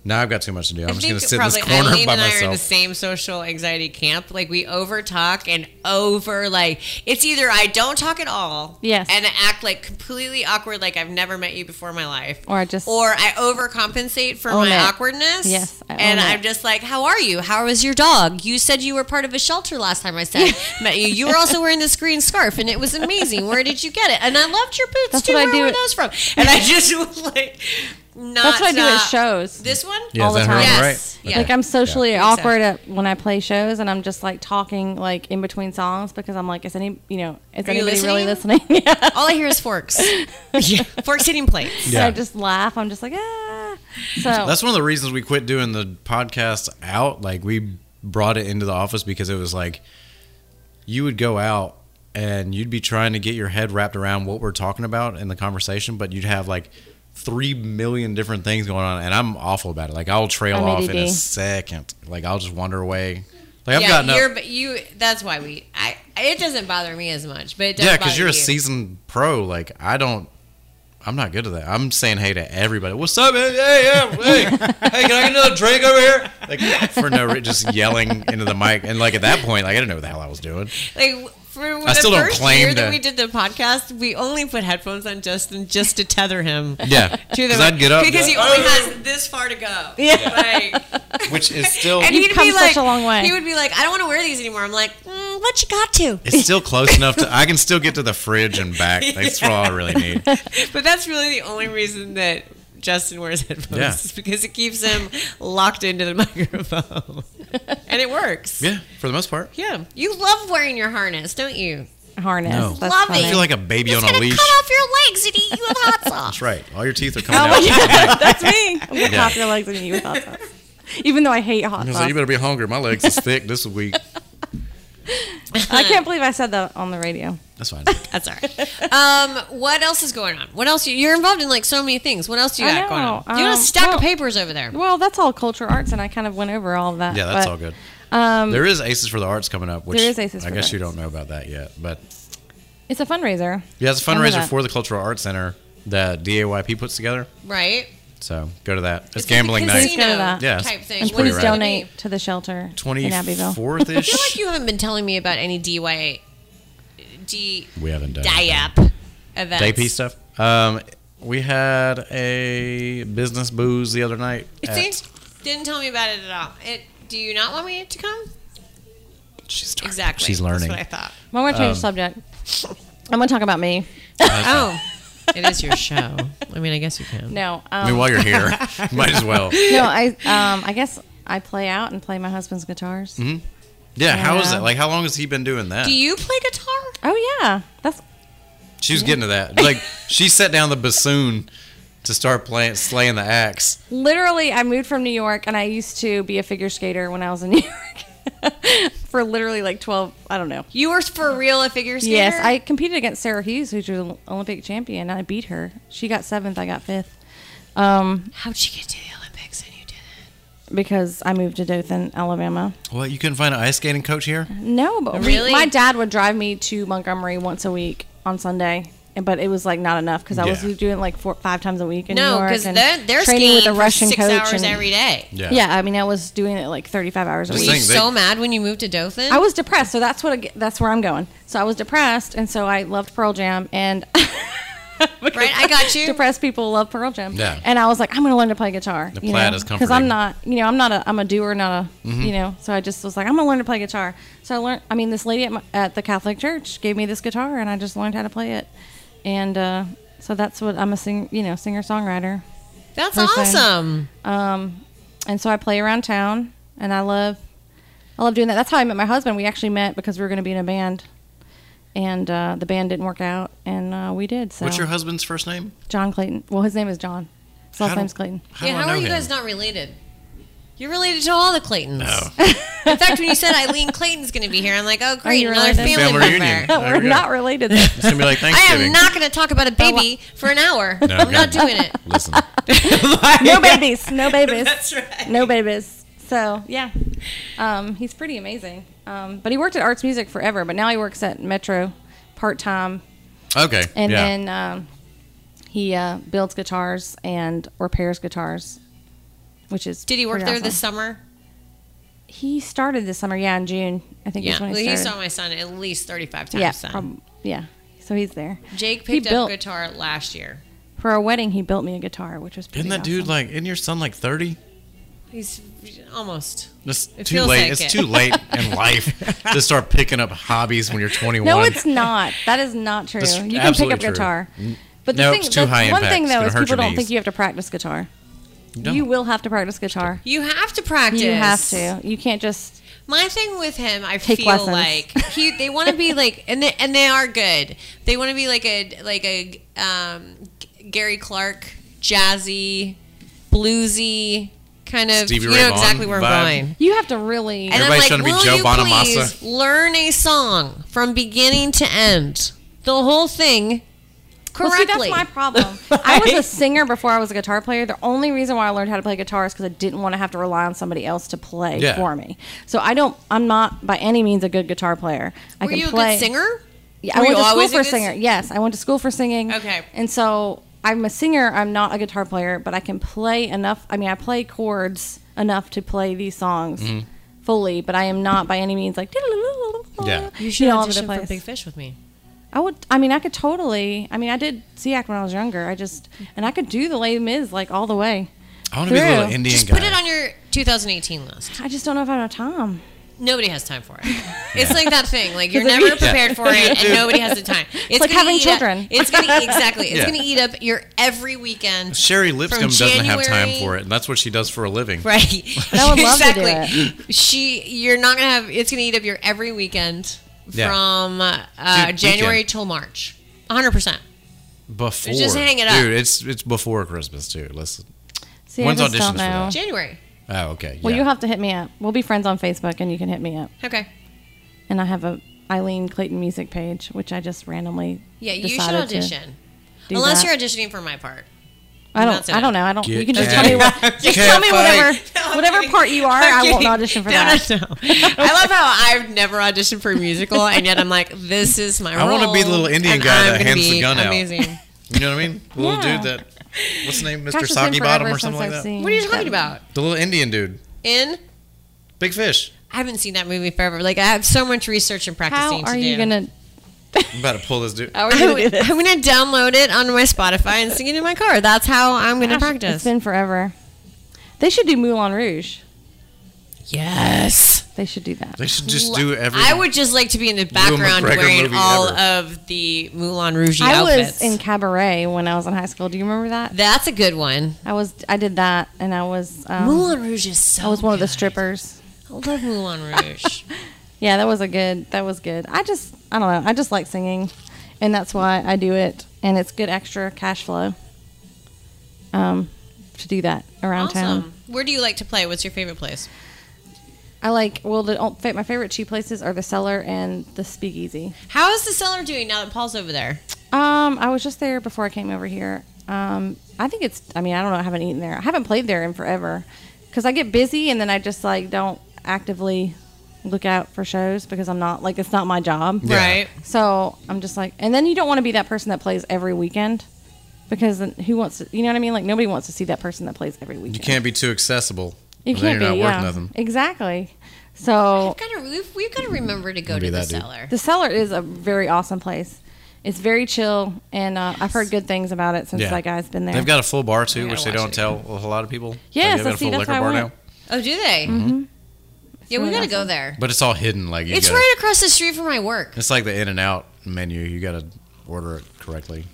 Now I've got too much to do. I'm
I
just
think
going to sit in
probably
this corner
Eileen
by
and I are in the
myself.
same social anxiety camp. Like we over talk and over like it's either I don't talk at all,
Yes.
and act like completely awkward, like I've never met you before in my life,
Or I just-
or I overcompensate for
Own
my
it.
awkwardness.
Yes, I
and
own it.
I'm just like, how are you? How was your dog? You said you were part of a shelter last time I said met you. You were also wearing this green scarf, and it was amazing. Where did you get it? And I loved your boots
That's
too.
what I
Where
do
were
at-
those from? And I just like. Not
That's what I do at
stop.
shows.
This one,
Yeah,
all
is
the
that her on
time.
the
Yes.
right?
Yeah.
Like I'm socially
Yeah.
awkward at when I play shows, and I'm just like talking like in between songs because I'm like, is any you know is
you
anybody really listening? yeah.
All I hear is forks. Forks hitting plates.
And I
Yeah.
just laugh. I'm just like ah. So
That's one of the reasons we quit doing the podcast out. Like we brought it into the office because it was like you would go out and you'd be trying to get your head wrapped around what we're talking about in the conversation, but you'd have like three million different things going on, and I'm awful about it. Like I'll trail
I'm
off in a
ADD.
second. Like I'll just wander away. Like I've
E yeah,
gotten
you're,
up.
but you. That's why we. I. It doesn't bother me as much, but it does
Yeah,
because
because you're a seasoned pro. Like I don't. I'm not good at that. I'm saying hey to everybody. What's up? Hey, hey, hey, hey, hey, can I get another drink over here? Like for no reason, just yelling into the mic. And like at that point, like I didn't know what the hell I was doing.
Like for
I
the
still don't
first
claim
year that
to-
we did the podcast, we only put headphones on Justin just to tether him.
Yeah,
To the
because I'd get up
because he
like, "Oh."
only has this far to go. Yeah. Like,
which is still
and
You've
he'd
come
be
such
like,
a long way.
He would be like, I don't want to wear these anymore. I'm like, mm, what you got to?
it's still close enough to I can still get to the fridge and back. That's all I really need.
But that's really the only reason that Justin wears headphones
Yeah.
is because it keeps him locked into the microphone. and it works.
Yeah, for the most part.
Yeah. You love wearing your harness, don't you?
harness.
No.
That's
Love it.
funny.
I feel like a baby
It's
on a
gonna
leash.
cut off your legs and eat you with hot sauce.
That's right. All your teeth are
oh
coming
my
out.
god, that's me. I'm gonna
Yeah.
pop your legs and eat you with hot sauce. Even though I hate hot
I was
sauce,
like, you better be hungry. My legs is thick this week.
I can't believe I said that on the radio.
That's fine.
That's all right. Um, what else is going on? What else? You're involved in like so many things. What else do you
I
got going on?
know.
you got a
Um,
stack
well-
of papers over there.
Well, that's all culture arts, and I kind of went over all of that.
Yeah, that's
but-
all good.
Um,
There is Aces for the Arts coming up, which
There is Aces
I
for the
guess you
Arts.
don't know about that yet. But
it's a fundraiser.
yeah, it's a
I know
fundraiser
that.
for the Cultural Arts Center that DAYP puts together.
Right?
So go to that. It's,
It's
gambling
like a
night.
casino
Please go to that.
Yeah,
Type
it's-
thing.
And
It's pretty
please
rad. um,
donate to the shelter in Abbeville.
24th
I feel like
ish.
you haven't been telling me about any DY, D,
we haven't done anything.
DIAP events.
JP stuff. Um, we had a business booze the other night.
See,
at-
didn't tell me about it at all. It, do you not want me to come?
she's starting.
Exactly.
She's learning.
That's what I thought.
Well, I'm gonna change the subject. I'm gonna talk about me.
Oh, it is your show. I mean, I guess you can.
No,
I mean,
um,
while you're here, might as well. Yeah,
no, I, um, I guess I play out and play my husband's guitars.
Mm-hmm. how is
Yeah.
that? Like, how long has he been doing that?
Do you play guitar?
Oh yeah, that's
She was getting to that. Like, she set down the bassoon to start playing, slaying the axe.
literally. I moved from New York, and I used to be a figure skater when I was in New York for literally like 12. I don't know.
You were for real a figure skater?
Yes, I competed against Sarah Hughes, who's an Olympic champion. and I beat her. She got seventh. I got fifth. Um,
How'd she get to the Olympics and you didn't?
because I moved to Dothan, Alabama.
What? You couldn't find an ice skating coach here?
No, but we-
Really?
my dad would drive me to Montgomery once a week on Sunday, and- but it was like not enough because I
Yeah.
was doing like four, five times a week in New
No,
York
because
and
they're, they're
training
skiing
with a Russian
for six
coach.
hours
and-
every day.
Yeah.
yeah, I mean, I was doing it like thirty-five hours a
Were
week.
you
think they-
so mad when you moved to Dothan?
I was depressed, so that's what I get- that's where I'm going. So I was depressed, and so I loved Pearl Jam, and
right. I got you.
depressed people love Pearl Jam.
Yeah.
And I was like, I'm going to learn to play guitar.
The
you
plaid
know?
is
Because
comforting. Mm-hmm.
I'm not, you know, I'm not a, I'm a doer, not a, you know. So I just was like, I'm going to learn to play guitar. So I learned. I mean, this lady at, my, at the Catholic Church gave me this guitar, and I just learned how to play it. And uh, so that's what I'm a sing, you know, singer songwriter.
That's
person.
awesome.
Um, and so I play around town, and I love, I love doing that. That's how I met my husband. We actually met because we were going to be in a band. And uh, the band didn't work out, and uh, we did. So
What's your husband's first name?
John Clayton. Well, his name is John. His
How
last
do-
name's Clayton.
How
yeah,
do I
how
know
are you
him?
guys not related? You're related to all the Claytons.
No.
In fact, when you said Eileen Clayton's going to be here, I'm like, oh, great,
you
another
related?
family,
Family
member.
reunion. There
We're
we go.
not related.
It's going to be like
I am
Thanksgiving.
not going to talk about a baby for an hour. I'm
okay.
not doing it.
Listen,
no babies. No babies.
That's right.
No babies. So yeah, um, he's pretty amazing. Um, but he worked at Arts Music forever, but now he works at Metro part time,
okay.
and
yeah.
then um, he uh, builds guitars and repairs guitars. which is
Did he work
pretty
there this
awesome.
summer?
He started this summer, yeah, in June. I think is
Yeah,
when
well,
he
he
started.
saw my son at least thirty-five times.
yeah,
son.
prob- yeah. So he's there
Jake
He
picked up
built-
guitar last year.
for our wedding. He built me a guitar, which was pretty
Isn't that dude
awesome.
like? Isn't your son like thirty?
He's almost.
It's
It
too
feels
late.
like
it's
it.
too late in life to start picking up hobbies when you're 21.
No, it's not. That is not true.
That's
you can pick
absolutely
up
true.
guitar. But the
No,
thing,
it's too
the
high
one
impact.
thing
It's
though
gonna
is
hurt
people
your
don't think
knees.
you have to practice guitar.
No.
You will have to practice guitar.
You have to practice.
You have to. You can't just.
My thing with him, I
Take
feel
lessons.
like he they want to be like and they, and they are good. They want to be like a like a um, G- Gary Clark, jazzy, bluesy kind of.
Stevie
you
Ray
know
Vaughan
exactly where
vibe.
I'm going.
You have to really.
And
Everybody's trying
I'm
to be
like, will
Joe
you
Bonamassa."
please learn a song from beginning to end, the whole thing,
Well, see,
correctly?
that's my problem. I was a singer before I was a guitar player. The only reason why I learned how to play guitar is because I didn't want to have to rely on somebody else to play
Yeah.
for me. So I don't. I'm not by any means a good guitar player. I
Were
can
you a
play.
good singer?
Yeah, I
Were
went
you
to school
always a
for
good s-
singer. Yes, I went to school for singing.
Okay.
And so I'm a singer. I'm not a guitar player, but I can play enough. I mean, I play chords enough to play these songs
Mm-hmm.
fully, but I am not by any means like.
Yeah.
You
should
know, all over the
audition for
place.
Big Fish with me.
I would. I mean, I could totally. I mean, I did SEAC when I was younger. I just and I could do the Les Mis like all the way.
I want to be a little
True.
Indian
Just
guy.
put it on your 2018 list.
I just don't know if I have time.
Nobody has time for it. It's like that thing. Like you're
Does it
never
mean-
prepared for it, and
Dude.
nobody has the time. It's
like
gonna
having
eat up-
children.
it's gonna eat, exactly. It's
Yeah.
gonna eat up your every weekend.
Sherry Lipscomb doesn't have time
January-
for it, and that's what she does for a living.
Right.
I would love to do
She, you're not gonna have. It's gonna eat up your every weekend
Yeah.
from uh,
Dude,
January
weekend.
till March. 100. percent
Before,
Just hang it up.
dude. It's it's before Christmas too. Listen.
See,
When's
I just
auditions
don't
for
know.
that?
January.
Oh, okay.
Well,
yeah.
you'll have to hit me up. We'll be friends on Facebook, and you can hit me up.
Okay.
And I have a Eileen Clayton music page, which I just randomly
Yeah, you should
decided to
audition.
do
Unless
that.
you're auditioning for my part.
I
That's
don't.
it.
I don't know. I don't.
Get
you can just
out.
tell me what. Just
Can't
tell me whatever
fight.
whatever part you are. I won't audition for
No,
that.
No, no. I love how I've never auditioned for a musical, and yet I'm like, this is my
I
role.
wanna be the little Indian
and
guy
I'm
that
gonna
hands the
be
gun out.
amazing. out.
You know what I mean? The little
Yeah.
dude that. What's his name?
Gosh,
Mr.
it's been
Soggy
forever
Bottom or
since
something
I've
like that.
seen
What are you talking
them.
about?
The little Indian dude.
In?
Big fish.
I haven't seen that movie forever. Like, I have so much research and
How
practicing
are
to
you
do.
gonna?
I'm about to pull this dude.
How are you
gonna do
gonna- I'm going to download it onto my Spotify and sing it in my car. That's how I'm going to
Gosh,
practice.
It's been forever. They should do Moulin Rouge.
yes.
They should do that.
They should just
Uh,
do every.
I would just like to be in the background
McGregor
wearing
movie
all
ever.
of the Moulin Rouge
I
outfits.
was in cabaret when I was in high school. Do you remember that?
That's a good one.
I was. I did that, and I was. Um,
Moulin Rouge is so
I was one of the
good.
strippers.
I love Moulin Rouge.
Yeah, that was a good. That was good. I just. I don't know. I just like singing, and that's why I do it. And it's good extra cash flow. Um, to do that around town.
awesome. Where do you like to play? What's your favorite place?
I like well the oh, fa- my favorite two places are the cellar and the speakeasy.
How is the cellar doing now that Paul's over there?
Um, I was just there before I came over here. Um, I think it's. I mean, I don't know. I haven't eaten there. I haven't played there in forever because I get busy and then I just like don't actively look out for shows because I'm not like it's not my job.
Yeah.
Right.
So I'm just like, and then you don't want to be that person that plays every weekend because then who wants to? You know what I mean? Like nobody wants to see that person that plays every weekend.
You can't be too accessible.
You
'cause then
can't
you're
be.
not worth
yeah.
nothing.
Exactly. So Oh.
We've got to we've, we've got to remember to go
Be
to the
that dude.
cellar.
The cellar is a very awesome place. It's very chill, and uh, I've heard good things about it since
Yeah.
that guy's been there.
They've got a full bar too,
gotta
which they
watch
don't
it.
tell a whole lot of people.
Yeah,
Like, they've
so
got a
see,
full
that's
liquor
why I
bar
went.
now.
Oh, do they?
Mm-hmm.
Yeah, we
really
got to go
awesome.
there.
But it's all hidden. Like you
It's
gotta-
right across the street from my work.
It's like the in and out menu. You gotta order it correctly.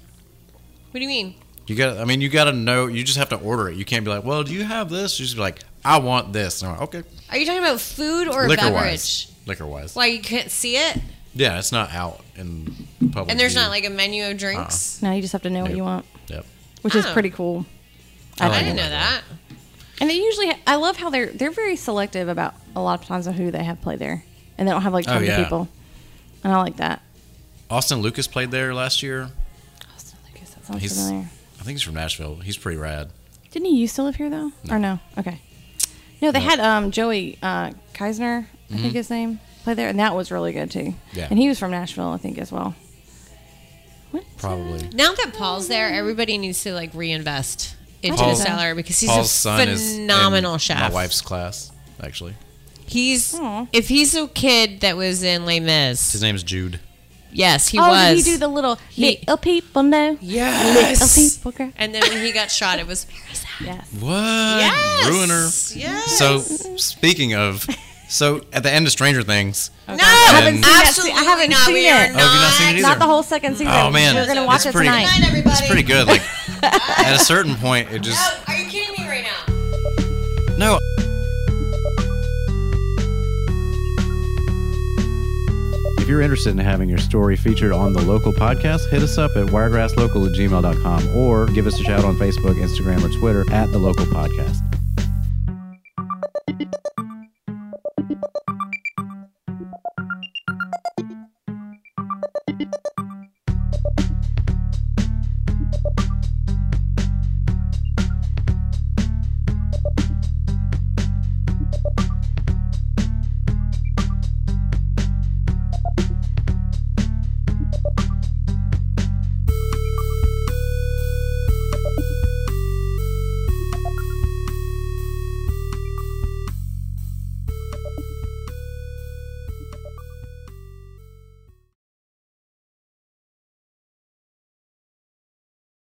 What do you mean?
You got. I mean, you gotta know. You just have to order it. You can't be like, "Well, do you have this?" You just be like, "I want this." And I'm like, okay,
Are you talking about food or
liquor
beverage?
wise, liquor wise.
Why you can't see it,
yeah, it's not out in public.
and there's
view.
not like a menu of drinks.
Now you just have to know what
Yep.
you want,
Yep.
which is
Oh.
pretty cool.
Uh, I
I
like
didn't
it
know
like that.
that.
And they usually, I love how they're they're very selective about a lot of times of who they have play there, and they don't have like
Oh,
tons
yeah.
of people. And I like that.
Austin Lucas played there last year.
Austin Lucas, that sounds
He's-
familiar.
I think he's from Nashville. He's pretty rad.
Didn't he used to live here though, or no? Okay. No, they had um, Joey uh, Keisner, I think his name, play there, and that was really good too.
Mm-hmm. Yeah.
And he was from Nashville, I think, as well. What?
Probably.
Now that Paul's there, everybody needs to like reinvest into
Paul's-
the cellar because he's
Paul's
a
son is in
phenomenal chef.
My wife's class, actually.
He's
Aw.
if he's a kid that was in Les Mis.
His name's Jude.
Yes, he
oh,
was.
did he do the little
He-
little people know? Little
Yes.
people cry.
and then when he got shot, it was Parasite.
Yes.
What?
Yes.
Ruiner.
Yes.
So speaking of, so at the end of Stranger Things,
no,
haven't seen
that
absolutely
se- I haven't
not.
seen
we are
it.
Oh, have you not seen it either?
Not the whole second season.
Oh, man.
we're gonna
It's
watch it
pretty-
tonight.
Good night, everybody.
it's pretty good. Like at a certain point, it just
Oh, are you kidding me right now?
no.
If you're interested in having your story featured on the local podcast, hit us up at wiregrasslocal at gmail.com or give us a shout on Facebook, Instagram, or Twitter at the local podcast.